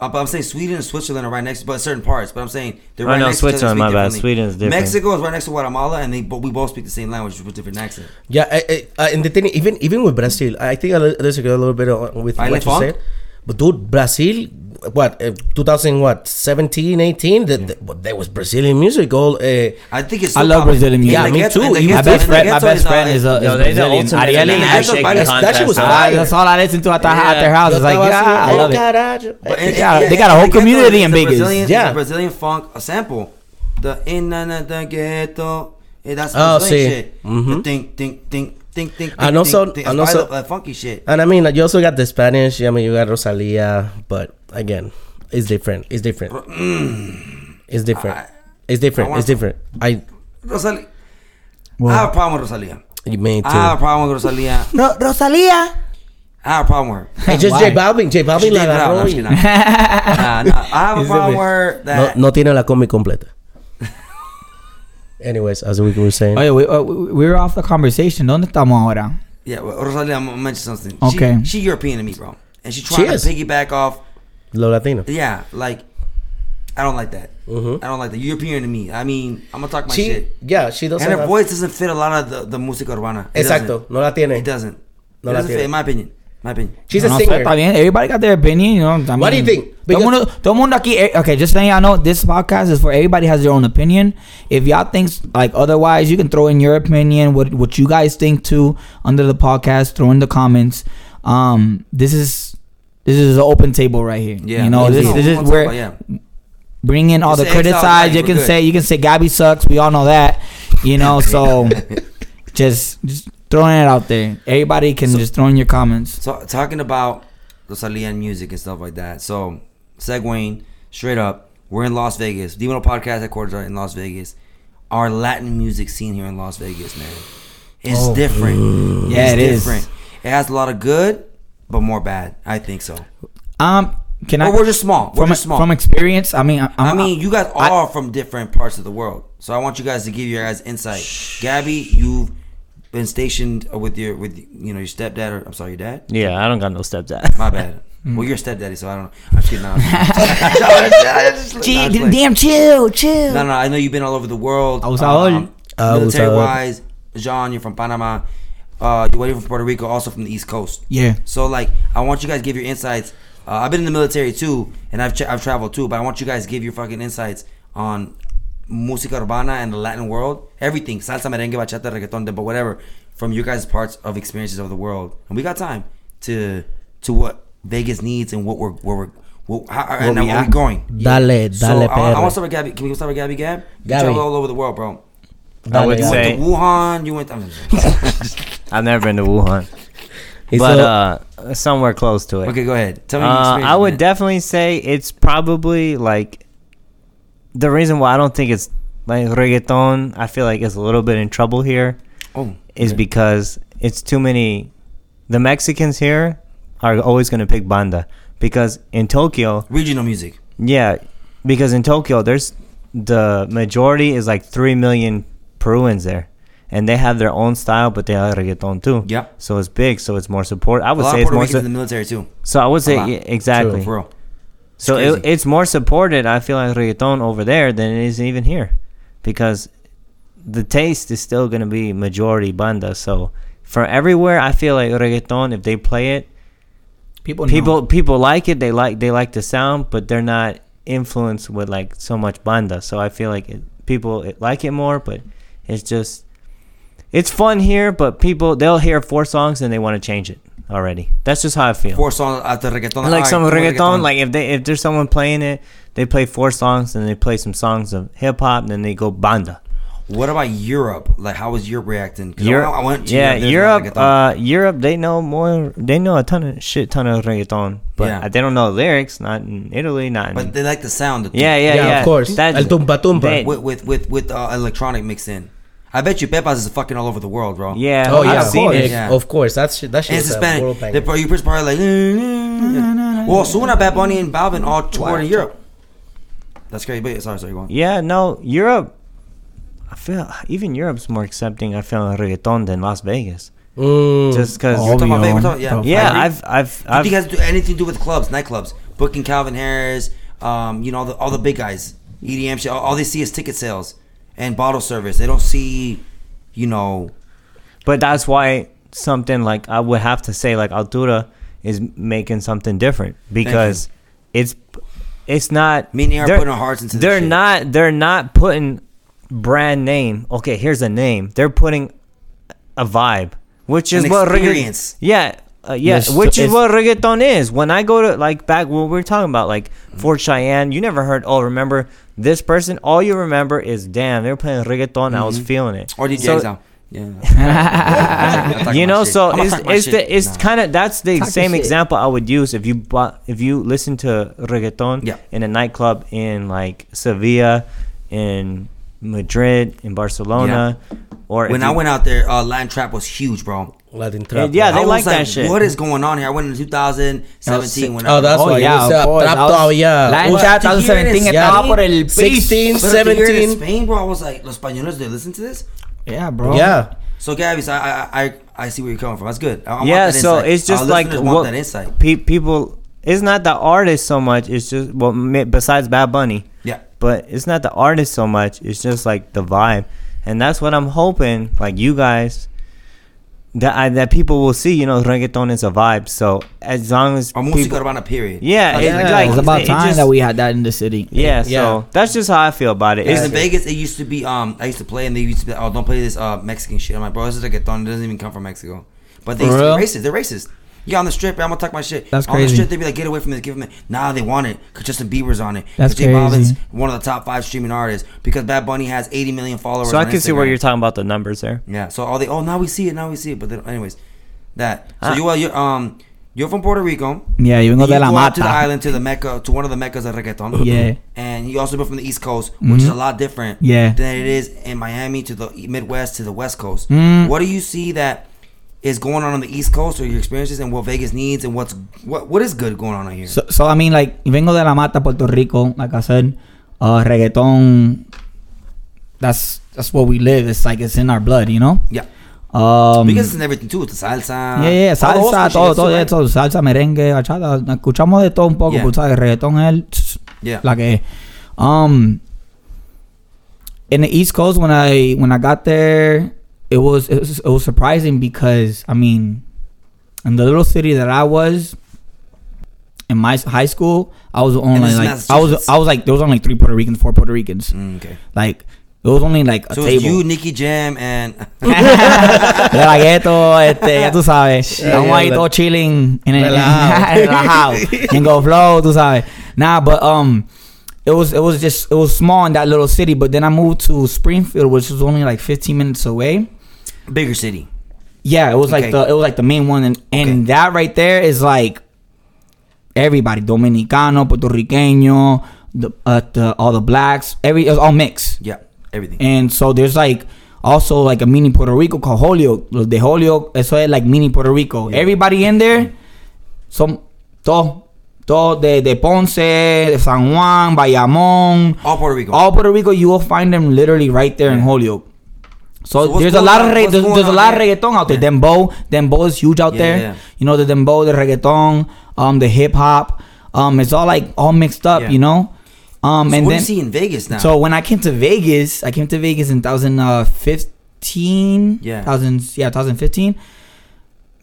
Uh, but I'm saying Sweden and Switzerland are right next, but certain parts. But I'm saying they're
Oh,
right
no,
next to each other,
Switzerland, my
speak
bad.
differently.
Sweden is different.
Mexico is right next to Guatemala, and they but we both speak the same language with different accents.
Yeah, I, I, uh, and the thing, even even with Brazil, I think I li- disagree a little bit on, with
Violent
what you
funk?
said. But dude, Brazil, what uh, 2000, what 17, 18? That that- but there was Brazilian music all. Uh,
I think it's.
I love Brazilian music.
Yeah, me too. You-
My
It's
best
all-
friend, my best friend is
Yo,
a is
they the
Brazilian.
ultimate
Ariel
in the
Henry.
handshaking
That's- that shit was
contest,
fire.
huh?
Ah, that's all I listen to at, the, at their house. It's like, yeah, I love it.
They
got- they got a whole community in Vegas.
Yeah.
yeah, Brazilian funk a sample. The in and the ghetto. Yeah, that's
Oh,
Brazilian
see.
shit. The
Mhm.
think, think, think, think, think.
And also- and
That's why
also-
I love that funky shit.
And I mean, like, you also got the Spanish. I mean, you got Rosalia, but again, it's different. It's different. It's different.
Mm. I-
it's different.
I
It's
want-
different. I,
Rosalia, I have a
Well,
problem with Rosalia. Ah.
you mean too.
I have a problem with Rosalia.
Rosalia.
I have a problem with
(laughs)
her.
It's just
Why?
J Balvin. Ah, J Balvin
She
la
did not,
agarró
no,
y-
she not. Nah, nah, I have a
He's the best.
problem with her
No,
that
no tiene la combi completa. Anyways, as we were saying.
Oh yeah, we, uh, we we were off the conversation. ¿Dónde estamos ahora?
Yeah, well, Rosalia, I'm gonna mention something.
Okay.
She, she European to me, bro. And she trying to
is.
piggyback off.
Lo Latino.
Yeah, like, I don't like that. I don't like that. European to me. I mean, I'm gonna talk my
Mm-hmm. She,
shit.
yeah, she doesn't
And her
have-
voice doesn't fit a lot of the, the música urbana. It
Exacto,
doesn't.
no la tiene.
It doesn't.
No
it
la
doesn't fit,
tiene.
in my opinion. My opinion.
She's
No,
a
no,
singer.
Está bien. Everybody got their opinion, you know. I
What do you
mean,
think?
Todo
Because-
mundo, todo mundo aquí, eh, okay, just letting y'all know, this podcast is for everybody has their own opinion. If y'all think like otherwise, you can throw in your opinion, what what you guys think too, under the podcast, throw in the comments. Um, this is this is an open table right here.
Yeah.
you know,
it's
this
not-
this is
I'm talking
where
about, yeah.
bring in all
Just
the
say X out,
criticize.
like,
You
we're
can
good.
say you can say Gabby sucks. We all know that, you know.
(laughs)
So just just throwing it out there. Everybody can just throw in your comments.
So talking about Rosalia and music and stuff like that. So segueing straight up, we're in Las Vegas. Demon Podcast headquarters are in Las Vegas. Our Latin music scene here in Las Vegas, man, it's
Oh.
different.
Yeah, it is.
It has a lot of good, but more bad. I think so.
Um, can I?
Or we're just small. We're
from
just small.
from experience. I mean, I,
I
I'm,
mean, you guys
I-
are from different parts of the world, so I want you guys to give your guys insight. Gabby, you've been stationed with your with you know your stepdad or I'm sorry, your dad.
Yeah, I don't got no
(laughs)
stepdad.
My bad. Well, you're stepdaddy, so I don't. I'm just kidding. Mm. No, (laughs) I'm just- No, (laughs) I'm just- no, I'm just
Gee,
playing.
damn, chill, chill.
No, no, I know you've been all over the world.
Abusador.
Abusador.
military wise, Jean, you're from Panama. Uh, you're waiting from Puerto Rico, also from the East Coast.
Yeah.
So, like, I want you guys to give your insights. Uh, I've been in the military too, and I've tra- I've traveled too, but I want you guys to give your fucking insights on música urbana and the Latin world, everything, salsa, merengue, bachata, reggaeton, but whatever, from your guys' parts of experiences of the world. And we got time to to what Vegas needs and what we're where we're what, how, and
we
where we're
at.
going.
Dale, dale,
So I, I
perro.
want to start with Gabby. Can we start with Gabby? Gab. You
Gabby.
travel all over the world, bro.
I would
You
Dale, Gabby.
say
went to Wuhan. You went. I'm
(laughs)
just-
I've never been to Wuhan,
He's
but
a-
uh, somewhere close to it.
okay, go ahead. Tell me. your
Uh,
experience,
I would
man.
definitely say it's probably like the reason why I don't think it's like reggaeton. I feel like it's a little bit in trouble here
Oh,
is because it's too many. The Mexicans here are always going to pick banda because in Tokyo,
regional music.
yeah, because in Tokyo, there's the majority is like three million Peruans there, and they have their own style, but they have reggaeton too.
Yep.
So it's big, so it's more support. I
A
would
lot
say
of
it's
Puerto
more.
Ricans
Su-
in the military too.
so I would say
lot.
yeah, exactly.
For real.
So
It's
it,
crazy.
it's more supported. I feel like reggaeton over there than it is even here, because the taste is still gonna be majority banda. So for everywhere, I feel like reggaeton. If they play it,
people,
people people like it. They like they like the sound, but they're not influenced with like so much banda. So I feel like it, people it, like it more, but it's just it's fun here. But people they'll hear four songs and they want to change it already. That's just how I feel
Four songs after reggaeton.
like
Alright,
some
more
reggaeton, like if they if there's someone playing it they play four songs and they play some songs of hip-hop and then they go banda
what about Europe? Like, how was Europe reacting? 'Cause I-
europe
I went to
yeah
there's no
europe
reggaeton.
uh europe they know more they know a ton of shit ton of reggaeton but
Yeah.
they don't know the lyrics not in italy not in,
but they like the sound. of
yeah,
it.
yeah, yeah,
Yeah, of course. El tumpa tumpa.
they-
With with with, with uh, electronic mixed in. I bet you Pepas is fucking all over the world, bro.
yeah,
Oh
I've
yeah, of
seen
course.
it.
Yeah.
Of course, that's that
And
shit
it's in
is a
Spanish.
world
They,
banger.
pro- you first probably like. Well, Suna, Bad Bunny, and Balvin all toured in Europe. That's crazy. But sorry, sorry, go on.
Yeah, no, Europe. I feel even Europe's more accepting. I feel of reggaeton than Las Vegas,
Mm.
just because.
Oh,
Talking about
Obvio.
Vegas, talking-
yeah,
yeah, I agree.
I've, I've,
Do
I've.
you think it has to do anything to do with clubs, nightclubs, booking Calvin Harris, um, you know, all the, all the big guys, EDM shit. All, all they see is ticket sales and bottle service. They don't see, you know,
But that's why something like I would have to say like Altura is making something different because it's it's not
Me and you are
they're-
putting our hearts into this
They're
shit.
not they're not putting brand name. Okay, here's a name. They're putting a vibe, which is
An
what regga-
experience.
yeah. Uh, yeah,
Yes,
which is
it's-
what reggaeton is. When I go to like back when we were talking about like Fort Cheyenne, you never heard. Oh, remember this person? All you remember is damn, they were playing reggaeton. I
Mm-hmm.
was feeling it.
or DJ
So-
Exile.
(laughs)
Yeah.
you know, so it's, it's the it's
kind.
kind of that's the
Talk your
same
shit.
example I would use if you bu- if you listen to reggaeton
Yeah.
in a nightclub in like Sevilla, in Madrid, in Barcelona, Or if
when I
you-
went out there, uh, Latin trap was huge, bro.
Latin
Eh,
trap.
yeah,
bro.
they
I was
like that shit.
What is going on here? I went in 2017 when I
Oh, that's
Oh,
why.
yeah,
you said
of course.
trap
I was-
out, yeah.
Latin
Well,
trap
to hear it
2017
in
estaba
Spain,
por el piso.
16,
But if you're in
17.
Spain, bro, I was like, los españoles, they listen to this.
Yeah, bro.
Yeah.
So, Gabby, so I, I, I, I see where you're coming from. That's good. I, I want
yeah,
that
so
insight.
it's just
Our
like
listeners want
what
that insight.
pe- people. It's not the artist so much. It's just well, ma- besides Bad Bunny.
Yeah.
But it's not the artist so much. It's just like the vibe, and that's what I'm hoping. Like you guys, that I, that people will see. You know, reggaeton is a vibe. So as long as
Or música urbana, period. Oh,
Yeah,
Like,
it's
Yeah,
like-
it's about
it
time
just-
that we had that in the city.
yeah,
Yeah.
so that's just how I feel about it.
Because
It's,
in Vegas, it used to be. Um, I used to play, and they used to be, like, oh, don't play this uh Mexican shit. I'm like, bro, this is reggaeton. It doesn't even come from Mexico. But they
For
used to be
real?
racist. They're racist. Yeah, on the strip, I'm gonna talk my shit.
That's
on
crazy.
the strip, they'd be like, get away from this, give them. Nah, they want it. Cause Justin Bieber's on it.
That's
'Cause J
crazy.
Balvin's one of the top five streaming artists. Because Bad Bunny has 80 million followers.
so I
on
can see where
Instagram.
you're talking about the numbers there.
Yeah. So all they oh now we see it now we see it but then anyways that so
Ah.
you are you um you're from Puerto Rico.
Yeah, you vengo
And
de la
go out to the
mata.
island to the mecca to one of the meccas of reggaeton.
Yeah. Mm-hmm.
And you also been from the East Coast, which is a lot different.
Yeah.
Than it is in Miami to the E, Midwest to the West Coast.
Mm.
What do you see that is going on on the East Coast or your experiences and what Vegas needs and what's what what is good going on out here?
So, so I mean, like, vengo de la mata, Puerto Rico. Like I said, uh, reggaeton. That's that's what we live. It's like it's in our blood, you know.
yeah.
Um,
Because it's in everything too. It's the salsa.
yeah, yeah,
all the old
salsa,
school
todo, todo,
shit, too,
yeah,
right?
todo, salsa, merengue, bachata, escuchamos de todo un poco,
Yeah.
tú sabes, reggaeton es el-
Yeah.
la que es. eh, Um, in the East Coast, when I when I got there, it was it was, it was surprising because I mean, in the little city that I was. In my s- high school, I was only
this is
like I was
Massachusetts.
I was like there was only three Puerto Ricans, four Puerto Ricans.
Mm, okay.
Like it was only like a
So it's
table.
you, Nicky Jam, and (laughs)
(laughs) de la gueto, este, ya tú sabes. Estamos ahí
la-
todos chilling en el (laughs)
Relajado.
(laughs)
relajado. En Go Flow, tú sabes. Nah, but um it was it was just it was small in that little city, but then I moved to Springfield, which was only like 15 minutes away.
bigger city.
Yeah, it was
Okay.
like the it was like the main one, and,
Okay.
and that right there is like everybody Dominicano, Puerto Riqueño, the, uh, the all the blacks, every it was all mixed.
Yeah, everything.
And so there's like also like a mini Puerto Rico called Holyoke. Los de Holyoke, eso es like mini Puerto Rico. Everybody in there, some, todo, todo de, de Ponce, de San Juan, Bayamón.
All Puerto Rico.
All Puerto Rico, you will find them literally right there in Holyoke. So,
So what's
there's a
going
lot of
on-
re-
what's
there's,
going
there's a
on
lot of
there?
reggaeton out there. Dembo, dembo is huge out
Yeah,
there.
yeah.
You know the dembo, the reggaeton, um, the hip hop, um, it's all like all mixed up,
Yeah.
you know. Um,
so
and then
what do you see in Vegas now?
so when I came to Vegas, I came to Vegas in 2015.
Yeah.
1000, yeah, 2015.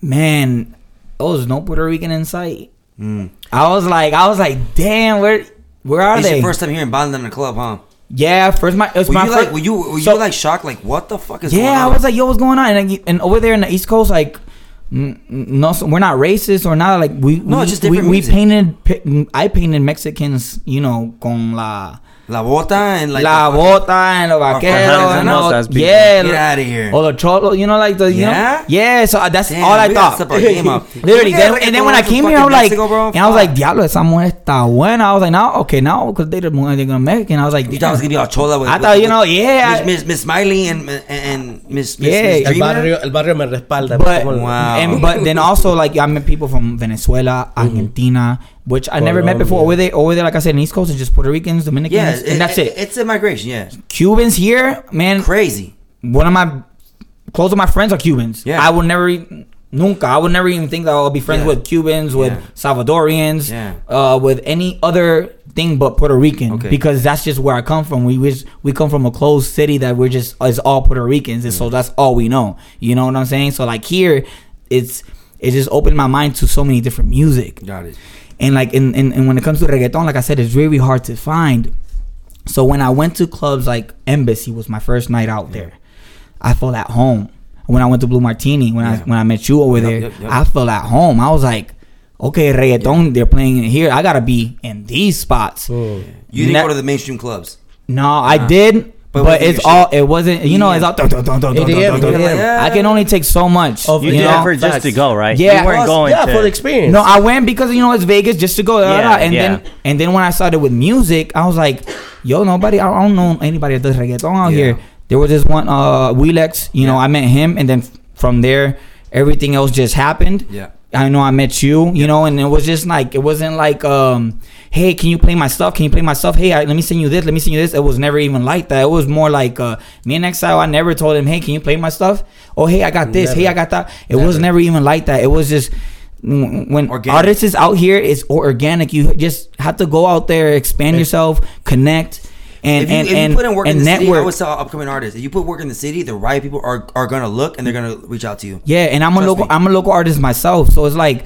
Man, there was no Puerto Rican in sight.
Mm.
I was like, I was like, damn, where, where are
it's
they?
your first time hearing Bond in the club, huh?
yeah, first my, it was
Were
my
you
first.
like, were you, were
so-
you like shocked? Like, what the fuck is going on?
yeah, I was like, yo, what's going on? And, I, and over there in the East Coast, like, n- n- no, so we're not racist or not like we.
No,
we,
it's just
we,
different
we
music.
painted. pi- I painted Mexicans, you know, con la
La Bota and like.
la
the
bota and the Oh, vaqueros
frijoles
and
and
all,
those people.
yeah,
Get
lo-
outta here.
All the cholo, you know, like the you
Yeah?
know, yeah. So I- that's
Damn,
all I
we gotta
thought.
step our
(laughs)
game up.
Literally,
We gotta
then,
get
and then
the
when I
ones from
came here, I'm
fucking
like,
Mexico, bro.
and I was like,
Fuck.
diablo, esa mujer está buena. I was like, now, okay, now because they the mujer they're gonna Mexican. I was like,
You thought it was gonna be all chola with.
I
with-
thought, you
with
know, yeah,
Miss-
I-
Miss Miss Smiley and and- and Miss Miss,
Yeah,
Miss
el
El
Dreamer.
barrio, el barrio me respalda.
But
Como-
Wow. Mm-hmm.
and but then also like I met people from Venezuela, Argentina, which I never met before.
Colombia.
Over there, over there, like I said, in East Coast it's just Puerto Ricans, Dominicans,
Yeah,
and that's it.
It's a migration. Yeah,
Cubans here, man.
crazy.
one of my close of my friends are Cubans.
Yeah.
I would never e- nunca. I would never even think that I'll be friends
Yeah.
with Cubans, with
Yeah.
Salvadorians,
Yeah.
uh, with any other thing but Puerto Rican.
Okay.
Because that's just where I come from. We we, just, we come from a closed city that we're just it's all Puerto Ricans, and
Mm.
so that's all we know. You know what I'm saying? So like here, it's it just opened my mind to so many different music.
Got it.
And like and, and, and when it comes to reggaeton, like I said, it's really hard to find. So when I went to clubs like Embassy was my first night out there. I felt at home. When I went to Blue Martini, when
Yeah.
I when I met you over
Yep,
there,
yep, yep.
I felt at home. I was like, okay, reggaeton, they're playing it here. I gotta be in these spots.
Mm.
You didn't
Ne-
go to the mainstream clubs.
No, I did.
But
But,
it wasn't
it's
your
all it wasn't you know it's all dun, dun, dun, dun, dun,
It
dun,
is,
dun,
it
dun,
is.
dun. I can only take so much
Of
You,
you
did
know?
it for just to
facts.
go, right?
Yeah.
you weren't
Plus,
going.
yeah,
to,
for the experience.
No, I went because you know it's Vegas just to go. da, da, da.
Yeah,
and
yeah.
then and then when I started with music, I was like, yo, nobody, I don't know anybody that does reggaeton out
Yeah.
here. There was this one, uh, Welex. You know, I met him, and then f- from there, everything else just happened.
Yeah.
I know I met you, you know, and it was just like it wasn't like, um, hey, can you play my stuff? Can you play my stuff? Hey, I, let me send you this. Let me send you this. It was never even like that. It was more like uh, me and Exile. I never told him, hey, can you play my stuff? Oh, hey, I got this. Hey,
Never.
I got that. It was never even like that. It was just mm, when
Organic.
artists is out here, it's o- organic. You just have to go out there, expand yourself, connect, and
If you,
and
if you
and,
put in work
and
in the city, I
network.
would tell upcoming artists: if you put work in the city, the right people are, are gonna look and they're gonna reach out to you.
yeah, and I'm a
Trust
local.
me.
I'm a local artist myself, so it's like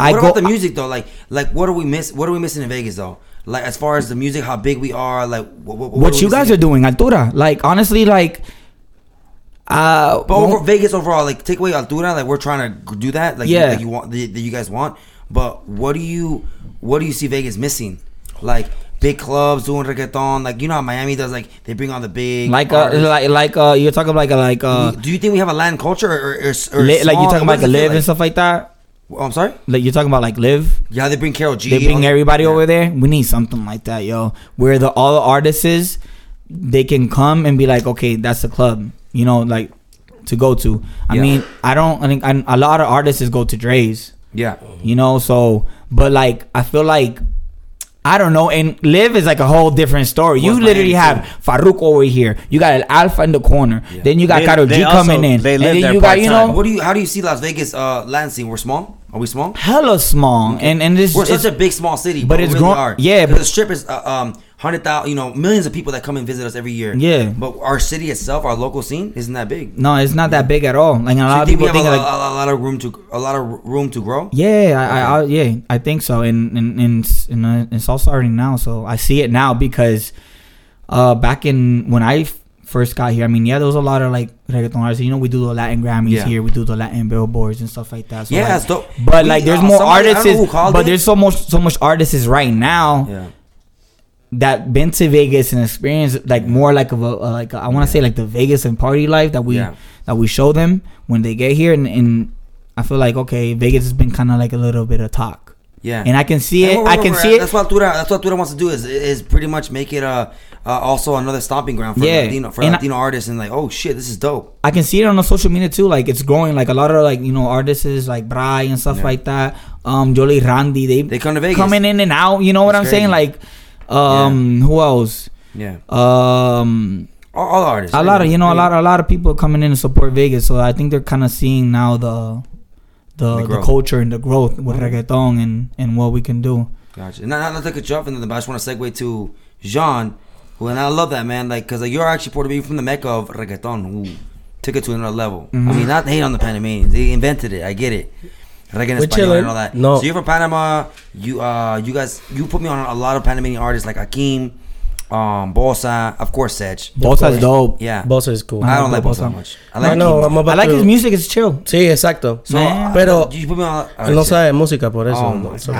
I
what
go.
about the music though? Like, like what are we miss? What are we missing in Vegas though? Like, as far as the music, how big we are, like what, what,
what you guys are doing, Altura. Like honestly, like uh,
But
won't-
over Vegas overall, like take away Altura, like we're trying to do that, like
Yeah.
yeah, you want that you guys want. But what do you what do you see Vegas missing? Like big clubs doing reggaeton, like you know how Miami does, like they bring on the big
like uh,
artists.
like like uh, you're talking about like uh, like uh,
do you think we have a land culture or,
li-
or, or
like
small-
you're talking
what
about the
does it feel
live
like?
and stuff like that.
Well, I'm sorry.
Like you're talking about like live.
Yeah, they bring Carol G.
They bring
all-
everybody
yeah.
over there. We need something like that, yo. Where the all the artists is, they can come and be like, okay, that's the club, you know, like to go to. I
Yeah.
mean, I don't. I think I, a lot of artists is go to Dre's.
Yeah,
you know so but like i feel like I don't know, and live is like a whole different story. You
Well, it's
literally have
Miami,
Farouk over here. You got El Alpha in the corner.
Yeah.
Then you got
They-
Karol
they
G
also-
coming in.
they
and
live
then
there
you got you
part-time.
know
What do you? How do you see Las Vegas uh, land scene? We're small. Are we small?
hella small, and and this
We're
it's-
such a big small city,
but
but,
it's
it's we
grow-
really are.
yeah,
'Cause
but-
the strip is uh, um hundred thousand, you know, millions of people that come and visit us every year.
Yeah.
but our city itself, our local scene, isn't that big.
no, it's not that big at all. Like a
So you
lot of
think
people
we
think
have a,
like
a, a lot of room to a lot of room to grow.
Yeah, I, I, I yeah, I think so, and and and, it's- and uh, it's all starting now. So I see it now because uh, back in when I f- first got here, I mean, yeah, there was a lot of like reggaeton artists. You know, we do the Latin Grammys
Yeah.
here, we do the Latin billboards and stuff like that. So
Yeah,
like-
that's dope.
But
We,
like, there's
uh,
more
somebody- I don't
artists,
know who called
but
it.
there's so much, so much artists right now
Yeah,
that been to Vegas and experienced like more like of a uh, like I want to say like the Vegas and party life that we
Yeah.
that we show them when they get here, and, and I feel like okay, Vegas has been kind of like a little bit of talk
yeah,
and I can see it.
And we're-
I
we're-
can
we're-
see
That's
it.
what Tura. That's what Tura wants to do is is pretty much make it uh, uh also another stomping ground for
Yeah.
Latino for
And I-
Latino artists and like oh shit, this is dope.
I can see it on the social media too. Like it's growing. Like a lot of like you know artists is, like Bry and stuff
Yeah.
like that. Um, Jolie Randy. They
They come to Vegas.
coming in and out. You know what
It's
I'm saying?
crazy.
Like, um, who else?
Yeah,
Um,
all, all artists.
a lot of you know a
Yeah.
lot a lot of people coming in to support Vegas. So I think they're kind of seeing now the. The,
The
the,
growth.
culture and the growth Mm-hmm. with reggaeton and, and what we can do.
Gotcha. Not, not to take a jump into them, but I just want to segue to Jean, who and I love that man, like because like, you're actually Puerto Rican from the mecca of reggaeton, who took it to another level. I
Mm-hmm.
mean, not to hate on the Panamanians; they invented it. I get it. Reggae
We're
and Espanol
chilling.
and all that.
No.
So you're from Panama. You uh, you guys, you put me on a lot of Panamanian artists like Akeem, um, Bolsa, of course, Sech.
Both is dope.
Yeah,
Bosa is cool.
I don't
I
like
love
Bolsa
Bolsa.
much. I
I
like.
know,
Akeem.
I'm about
I like
to-
his music. It's chill.
Sí, exacto.
So,
Man.
pero
Pero-
you put me on. all
Él no
right,
sabe música por eso.
Oh, my
so-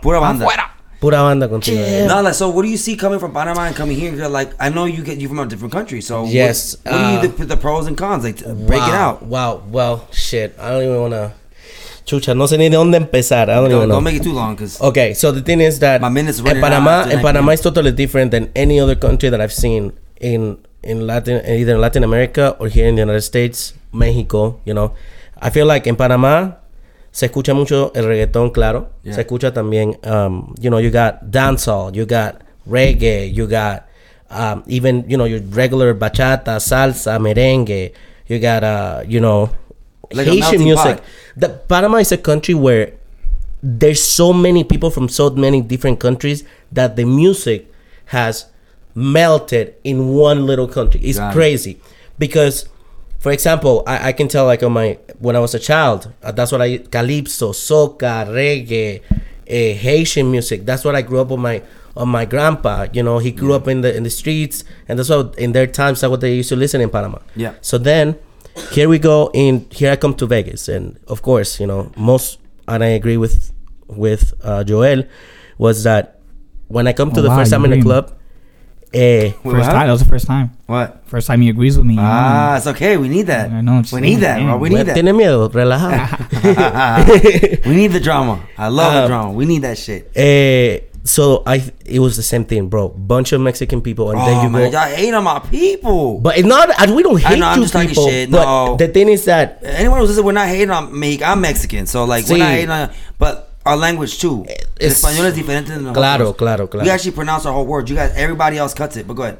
Pura banda.
Pura banda contigo. eh.
No, like, so what do you see coming from Panama and coming here? You're like, I know you get you from a different country, so what-
Yes,
What, do you
uh,
the, the pros and cons? Like, to break it
Wow,
out.
Wow, well, shit. I don't even wanna. Chucha, no sé ni de dónde empezar. I don't
Don't,
even know.
don't make it too long, cause
Okay, so the thing is that
My minute's
in
running out
Panama,
after
in
that
Panama
game.
is totally different than any other country that I've seen in in Latin, either in Latin America or here in the United States, Mexico. You know, I feel like in Panama se escucha mucho el reggaetón, claro.
Yeah.
Se escucha también, um, you know, you got dancehall, you got reggae, you got um, even you know your regular bachata, salsa, merengue. You got uh, you know,
Like a melting
Haitian music.
pot.
The Panama is a country where there's so many people from so many different countries that the music has melted in one little country. It's
Got it.
crazy because, for example, I, I can tell like on my when I was a child, uh, that's what I calypso, soca, reggae, eh, Haitian music. That's what I grew up on my on my grandpa. You know, he grew up in the in the streets, and that's what in their times that's what they used to listen in Panama.
Yeah.
So then, here we go. In here I come to Vegas, and of course, you know most, and I agree with with uh, Joel, was that when I come to
Oh,
the
wow,
first
you
time in the
agree.
club, eh,
Wait,
first
what?
time. That was the first time.
Mm.
What?
First time he agrees with me. you know?
Ah, it's okay. We need that.
I know, I'm just
we
saying,
need that,
yeah.
bro. We
me-
need that.
tiene miedo, relajado.
(laughs) we need the drama. I love the
Um,
drama. We need that shit.
(laughs) Eh, so I it was the same thing, bro. Bunch of Mexican people, and
Oh
then you
man,
go.
y'all hate on my people.
But it's not. And we don't
I
hate
know, I'm
you
just talking
people.
shit,
But
no.
the thing is that
Anyone who's listening, we're not hating on me. I'm Mexican, so like we're not
Sí.
hating on. But our language too. El
Es-
español es diferente than nosotros.
Claro, claro, claro.
We actually pronounce our whole word. You guys, everybody else cuts it, but go ahead.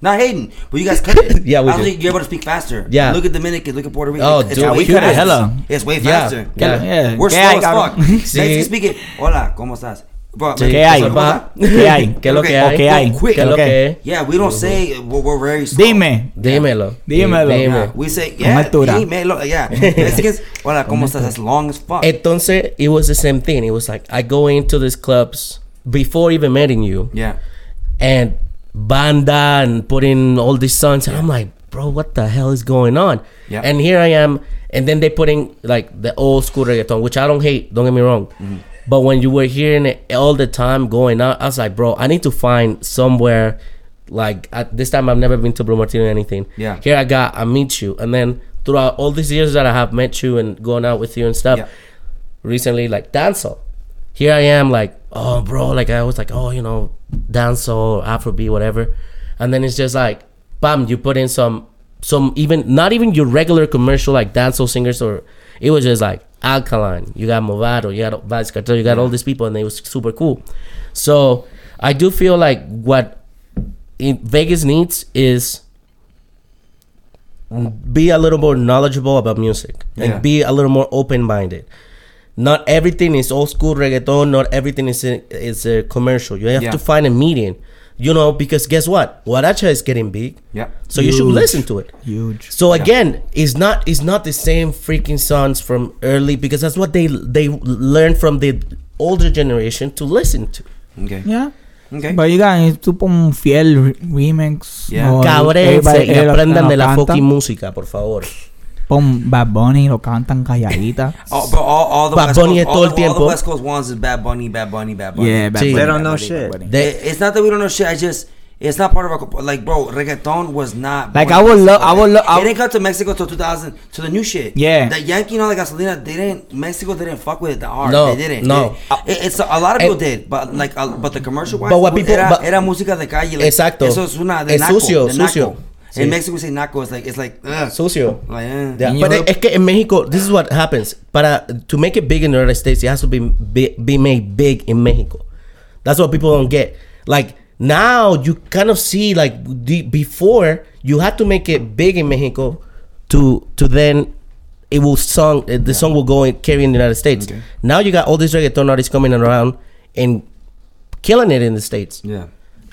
Not hating, but you guys cut it.
(laughs) Yeah, we
I don't
do.
think you're able to speak faster.
Yeah.
Look at Dominican. Look at Puerto Rico.
Oh,
it's
dude,
way
we cut
faster.
it
hella.
It's way
Yeah,
faster.
yeah.
yeah.
We're
¿Qué
slow
hay,
as fuck.
cabrón?
Sí.
Mexican speaking. Hola, cómo estás? Bro,
Sí.
¿Qué hay?
Mexican, ¿cómo estás?
¿Qué hay?
(laughs) ¿Qué es lo que hay?
¿Qué hay?
Quick.
¿Qué es lo que es?
(laughs) Yeah, we don't say we're, we're very slow.
Mm. Dime.
Dímelo.
Dímelo.
Yeah, we say yeah,
altura.
dímelo,
(laughs)
yeah. Mexicans, hola, cómo estás? That's long as fuck.
Entonces, it was the same thing. It was like I go into these clubs before even meeting you,
yeah.
and banda and putting all these songs, and I'm like, bro, what the hell is going on?
Yeah.
And here I am, and then they put in like the old school reggaeton, which I don't hate. Don't get me wrong,
Mm-hmm.
but when you were hearing it all the time going out, I was like, bro, I need to find somewhere. Like at this time, I've never been to Blue Martini or anything.
Yeah.
Here I got, I meet you, and then throughout all these years that I have met you and going out with you and stuff,
Yeah.
recently like dancehall. Here I am like, oh bro, like I was like, oh you know, dancehall, Afrobeat, whatever, and then it's just like, bam, you put in some some even not even your regular commercial like dancehall singers or it was just like Alkaline, you got Movado, you got Vaz Cartel, you got all these people, and it was super cool. So I do feel like what in Vegas needs is be a little more knowledgeable about music
Yeah.
and be a little more open-minded. Not everything is old school reggaeton. Not everything is a, is a commercial. You have
Yeah.
to find a median, you know, because guess what? Huaracha is getting big.
Yeah.
So you should
Huge.
listen to it.
Huge.
So again, it's not it's not the same freaking songs from early because that's what they they learn from the older generation to listen to.
Okay.
Yeah.
Okay.
But you guys, tú pon fiel re- remix.
Yeah.
o
Cabrense
everybody-
y
eh, lo-
aprendan
lo
de la
canta.
fucking música, por favor.
Pon Bad Bunny, lo cantan calladita.
all, Oh, but all, all the
Bad
West
Bunny
Coast,
es
all
todo
the,
el
all the
tiempo.
West Coast ones is Bad Bunny, Bad Bunny, Bad
(laughs)
Bunny.
Yeah, Bad Bunny.
Sí.
They
Bad
don't know
Bunny, Bad
shit.
Bunny.
They,
It- it's not that we don't know shit. I just it's not part of our co- like, bro. Reggaeton was not
Like,
born
I
in
would
Mexico.
love- I would love- I
They
would-
didn't come to Mexico till 2000 to the new shit.
Yeah.
the Yankee, you know, the gasolina. They didn't. Mexico didn't fuck with it that hard.
No,
they didn't.
no.
They- it- it's a, a lot of people
Eh,
did, but like, uh, but the commercial.
but what people-
era,
but-
era música de calle. Like,
Exacto.
Eso es una de
Es
naco,
sucio,
de naco.
sucio.
In
Sí.
Mexico, we say naco. It's like it's like ugh.
Socio.
Like, eh.
Yeah,
In
but
Europe-
es que en México, this is what happens. Para to make it big in the United States, it has to be be, be made big in Mexico. That's what people don't get. Like now, you kind of see like the, before you had to make it big in Mexico to to then it will song uh, the song will go and carry in the United States. Now you got all these reggaeton artists coming around and killing it in the states.
Yeah.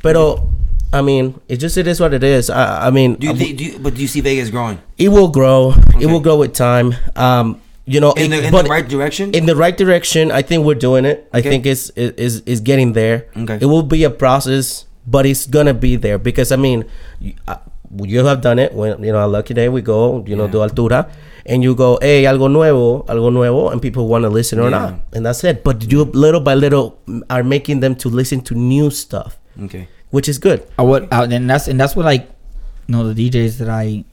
Pero I mean, it just it is what it is. I, I mean,
Do you,
I-
thi- do you, but do you see Vegas growing
it will grow. It will grow with time. Um, you know,
in
it-
the in
but
the right direction?
in the right direction. I think we're doing it. I
Okay.
think it's it- is is getting there.
Okay.
It will be a process, but it's gonna be there because I mean, you, uh, you have done it. When you know, a lucky day we go, you know, do altura, and you go, hey, algo nuevo, algo nuevo, and people want to listen or not, and that's it. But you little by little are making them to listen to new stuff,
okay.
which is good.
I would, I, and that's and that's what like, you know, the DJs that I,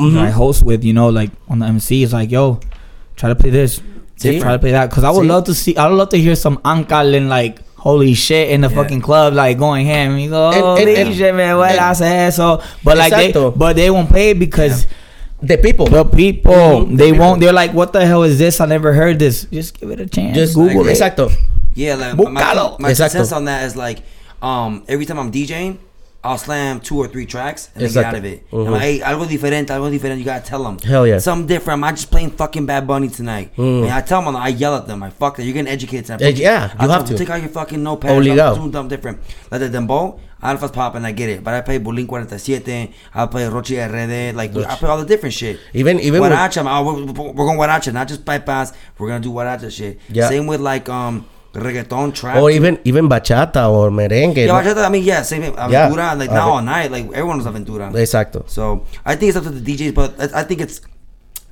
that I host with, you know, like on the MC is like, yo, try to play this,
See?
try to play that, because I would
See?
love to see, I would love to hear some Ankal and like, holy shit, in the
Yeah.
fucking club, like going ham. And you go,
And-
oh,
and- and-
DJ man, what
and-
I said so, but like they,
Exacto.
but they won't play it because.
The people.
Mm-hmm. The people,
Mhm,
they
the
won't. They're like, "What the hell is this? I never heard this." Just give it a chance.
just
Google it.
exacto.
Yeah, like my-
Búscalo.
my, my two
Exacto.
cents on that is like, um, every time I'm DJing, I'll slam two or three tracks and then get
Exacto.
out of it. I'm
Mhm.
like, hey, algo diferente, algo diferente. You gotta tell them.
Hell yeah.
Something different. I'm not just playing fucking Bad Bunny tonight. And I tell them, I yell at them. I fuck that. You're getting educated. tonight.
Eh,
Fuck
yeah,
I
you
tell
have
them,
to.
Take out your fucking notepad.
Obligado.
I'm doing something different. Like the dembow, Alpha's pop and I get it. But I play Bulin 47. I play Rochi RD. Like, I play all the different shit.
Even- even with-
Guaracha. man, oh, we're, we're going Guaracha, not just bypass. We're gonna do Guaracha shit.
Yeah.
Same with like, um, reggaeton trap.
Or even even bachata or merengue.
Yeah,
¿no?
bachata, I mean, yeah, same thing.
Yeah.
Aventura, like
Ave-
now all night, like everyone was Aventura.
Exacto.
So I think it's up to the DJs, but I I think it's,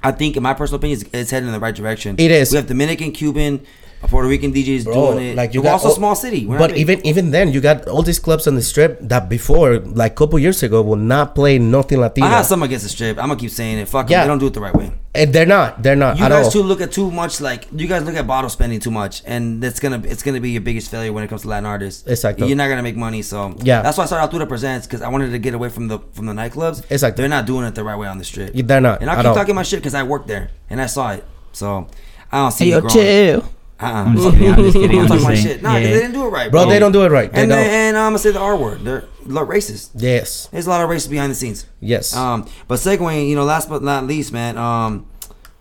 I think in my personal opinion, it's, it's heading in the right direction.
It is.
We have Dominican, Cuban, A Puerto Rican DJ is
Bro,
doing it.
like you
We're
got
also
all-
a small city. We're not
but
big.
even even then, you got all these clubs on the strip that before, like couple years ago, will not play nothing Latino,
I have something against the strip. I'm gonna keep saying it. Fuck 'em.
Yeah.
They don't do it the right way.
and Eh, they're not. They're not
You
at
guys
all.
too look at too much like you guys look at bottle spending too much, and that's gonna it's gonna be your biggest failure when it comes to Latin artists.
Exacto.
You're not gonna make money, so
Yeah.
That's why I started out through the presents because I wanted to get away from the from the nightclubs.
Exacto.
They're not doing it the right way on the strip.
Yeah, they're not
And I
at
keep
all.
talking my shit because I worked there and I saw it. So I don't see
Hey,
it
yo,
growing.
chill.
Uh-uh.
I'm
(laughs)
just (laughs) kidding. I'm just kidding. I'm
I'm talking
just
my
saying.
shit. Nah, 'cause
Yeah.
they didn't do it right,
Bro, they don't do it right. They
Oh. and
don't.
they- and I'm gonna say the R word. They're lo- racist.
yes.
There's a lot of racism behind the scenes.
Yes.
Um, but segueing, you know, last but not least, man, um,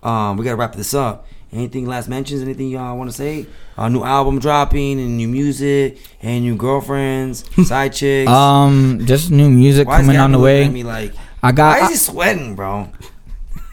um, we gotta wrap this up. Anything last mentions? Anything y'all want to say? Uh, new album dropping and new music and
(laughs)
new girlfriends, side chicks.
Um, just new music
Why is
coming on
Gabby
the
looking
way.
At me like,
I got-
Why is he sweating, bro? (laughs)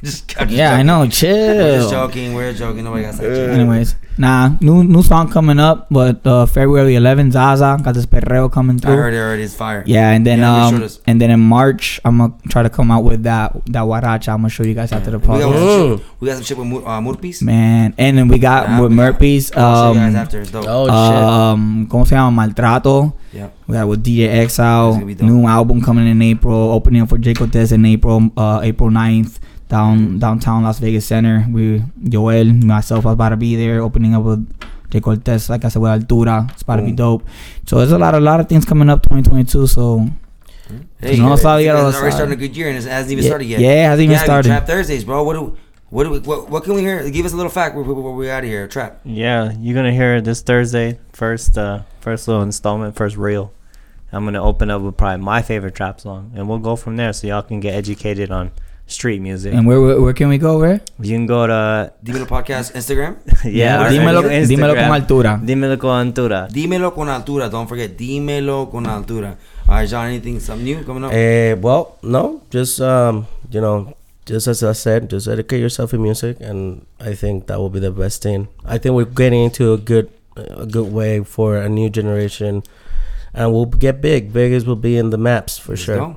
just, I'm just
yeah, I
joking.
know.
We're just
Chill.
joking. We're joking. Nobody got side chicks.
Anyways, nah, new new song coming up, but uh, February 11th, Zaza got this perreo coming
I
through.
heard it already. It's fire.
Yeah, and then
Yeah, make sure
um,
this-
and then in March, I'm gonna try to come out with that that Waracha. I'm gonna show you guys after the
We got,
podcast,
some
Mm.
shit, we got some shit with Mur- uh, Murpis.
man. And then we got
Nah,
with
we got-
Murphy's.
I'll show you
Um,
guys after. It's dope.
Oh shit.
um, ¿cómo se llama? Maltrato.
Yeah.
We got with DJ
gonna
Exile,
be dope.
new album coming in April, opening for Jay Cortez in April, uh, April 9th,
Mm-hmm.
down downtown Las Vegas Center. We Joel, myself, I was about to be there, opening up with Jay Cortez, like I said, with Altura. It's about to be
Boom.
dope. So there's a lot, a lot of things coming up 2022. So
Hey,
No,
it's
sorry,
already
sorry.
starting a good year and it hasn't even
Yeah,
started yet.
yeah, it hasn't even
dude,
started.
Trap Thursdays, bro. What do what do we what, what can we hear? Give us a little fact. We're, we out of here. Trap.
Yeah, you're gonna hear this Thursday first uh first little installment, first reel. I'm gonna open up with probably my favorite trap song, and we'll go from there, so y'all can get educated on street music.
and where where, where can we go? Where?
you can go to (laughs)
Dímelo
(laughs)
podcast Instagram.
yeah, our
dímelo,
Instagram,
dímelo con altura.
dímelo con altura.
Dímelo con altura. Don't forget. Dímelo con altura. All right, John. Anything something new coming up?
Eh, well, no, just um, you know, just as I said, just educate yourself in music, and I think that will be the best thing. I think we're getting into a good, a good way for a new generation, and we'll get big. Vegas will be in the maps for sure.
Go.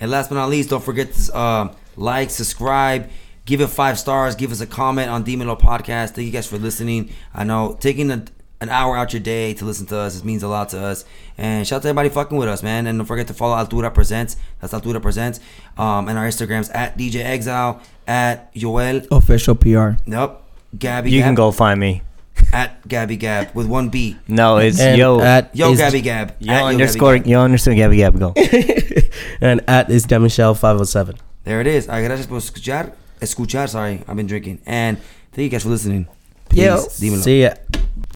And last but not least, don't forget to uh, like, subscribe, give it five stars, give us a comment on Demon Law Podcast. Thank you guys for listening. I know taking a, an hour out your day to listen to us, it means a lot to us. And shout out to everybody fucking with us, man. And don't forget to follow Altura Presents. That's Altura Presents. Um, and our Instagrams at DJ Exile, at Joel.
Official PR.
Nope. Gabby
You
Gab,
can go find me.
at Gabby Gab with one B.
No, it's
And
yo
at
Yo
is-
Gabby Gab.
yo
At Gabby
underscore
Gab.
yo underscore gabby gab go.
and at is Demichelle five hundred seven.
There it is. All right, gracias por escuchar. Escuchar, sorry. I've been drinking. And thank you guys for listening.
Yo,
Peace. Dímelo.
see ya.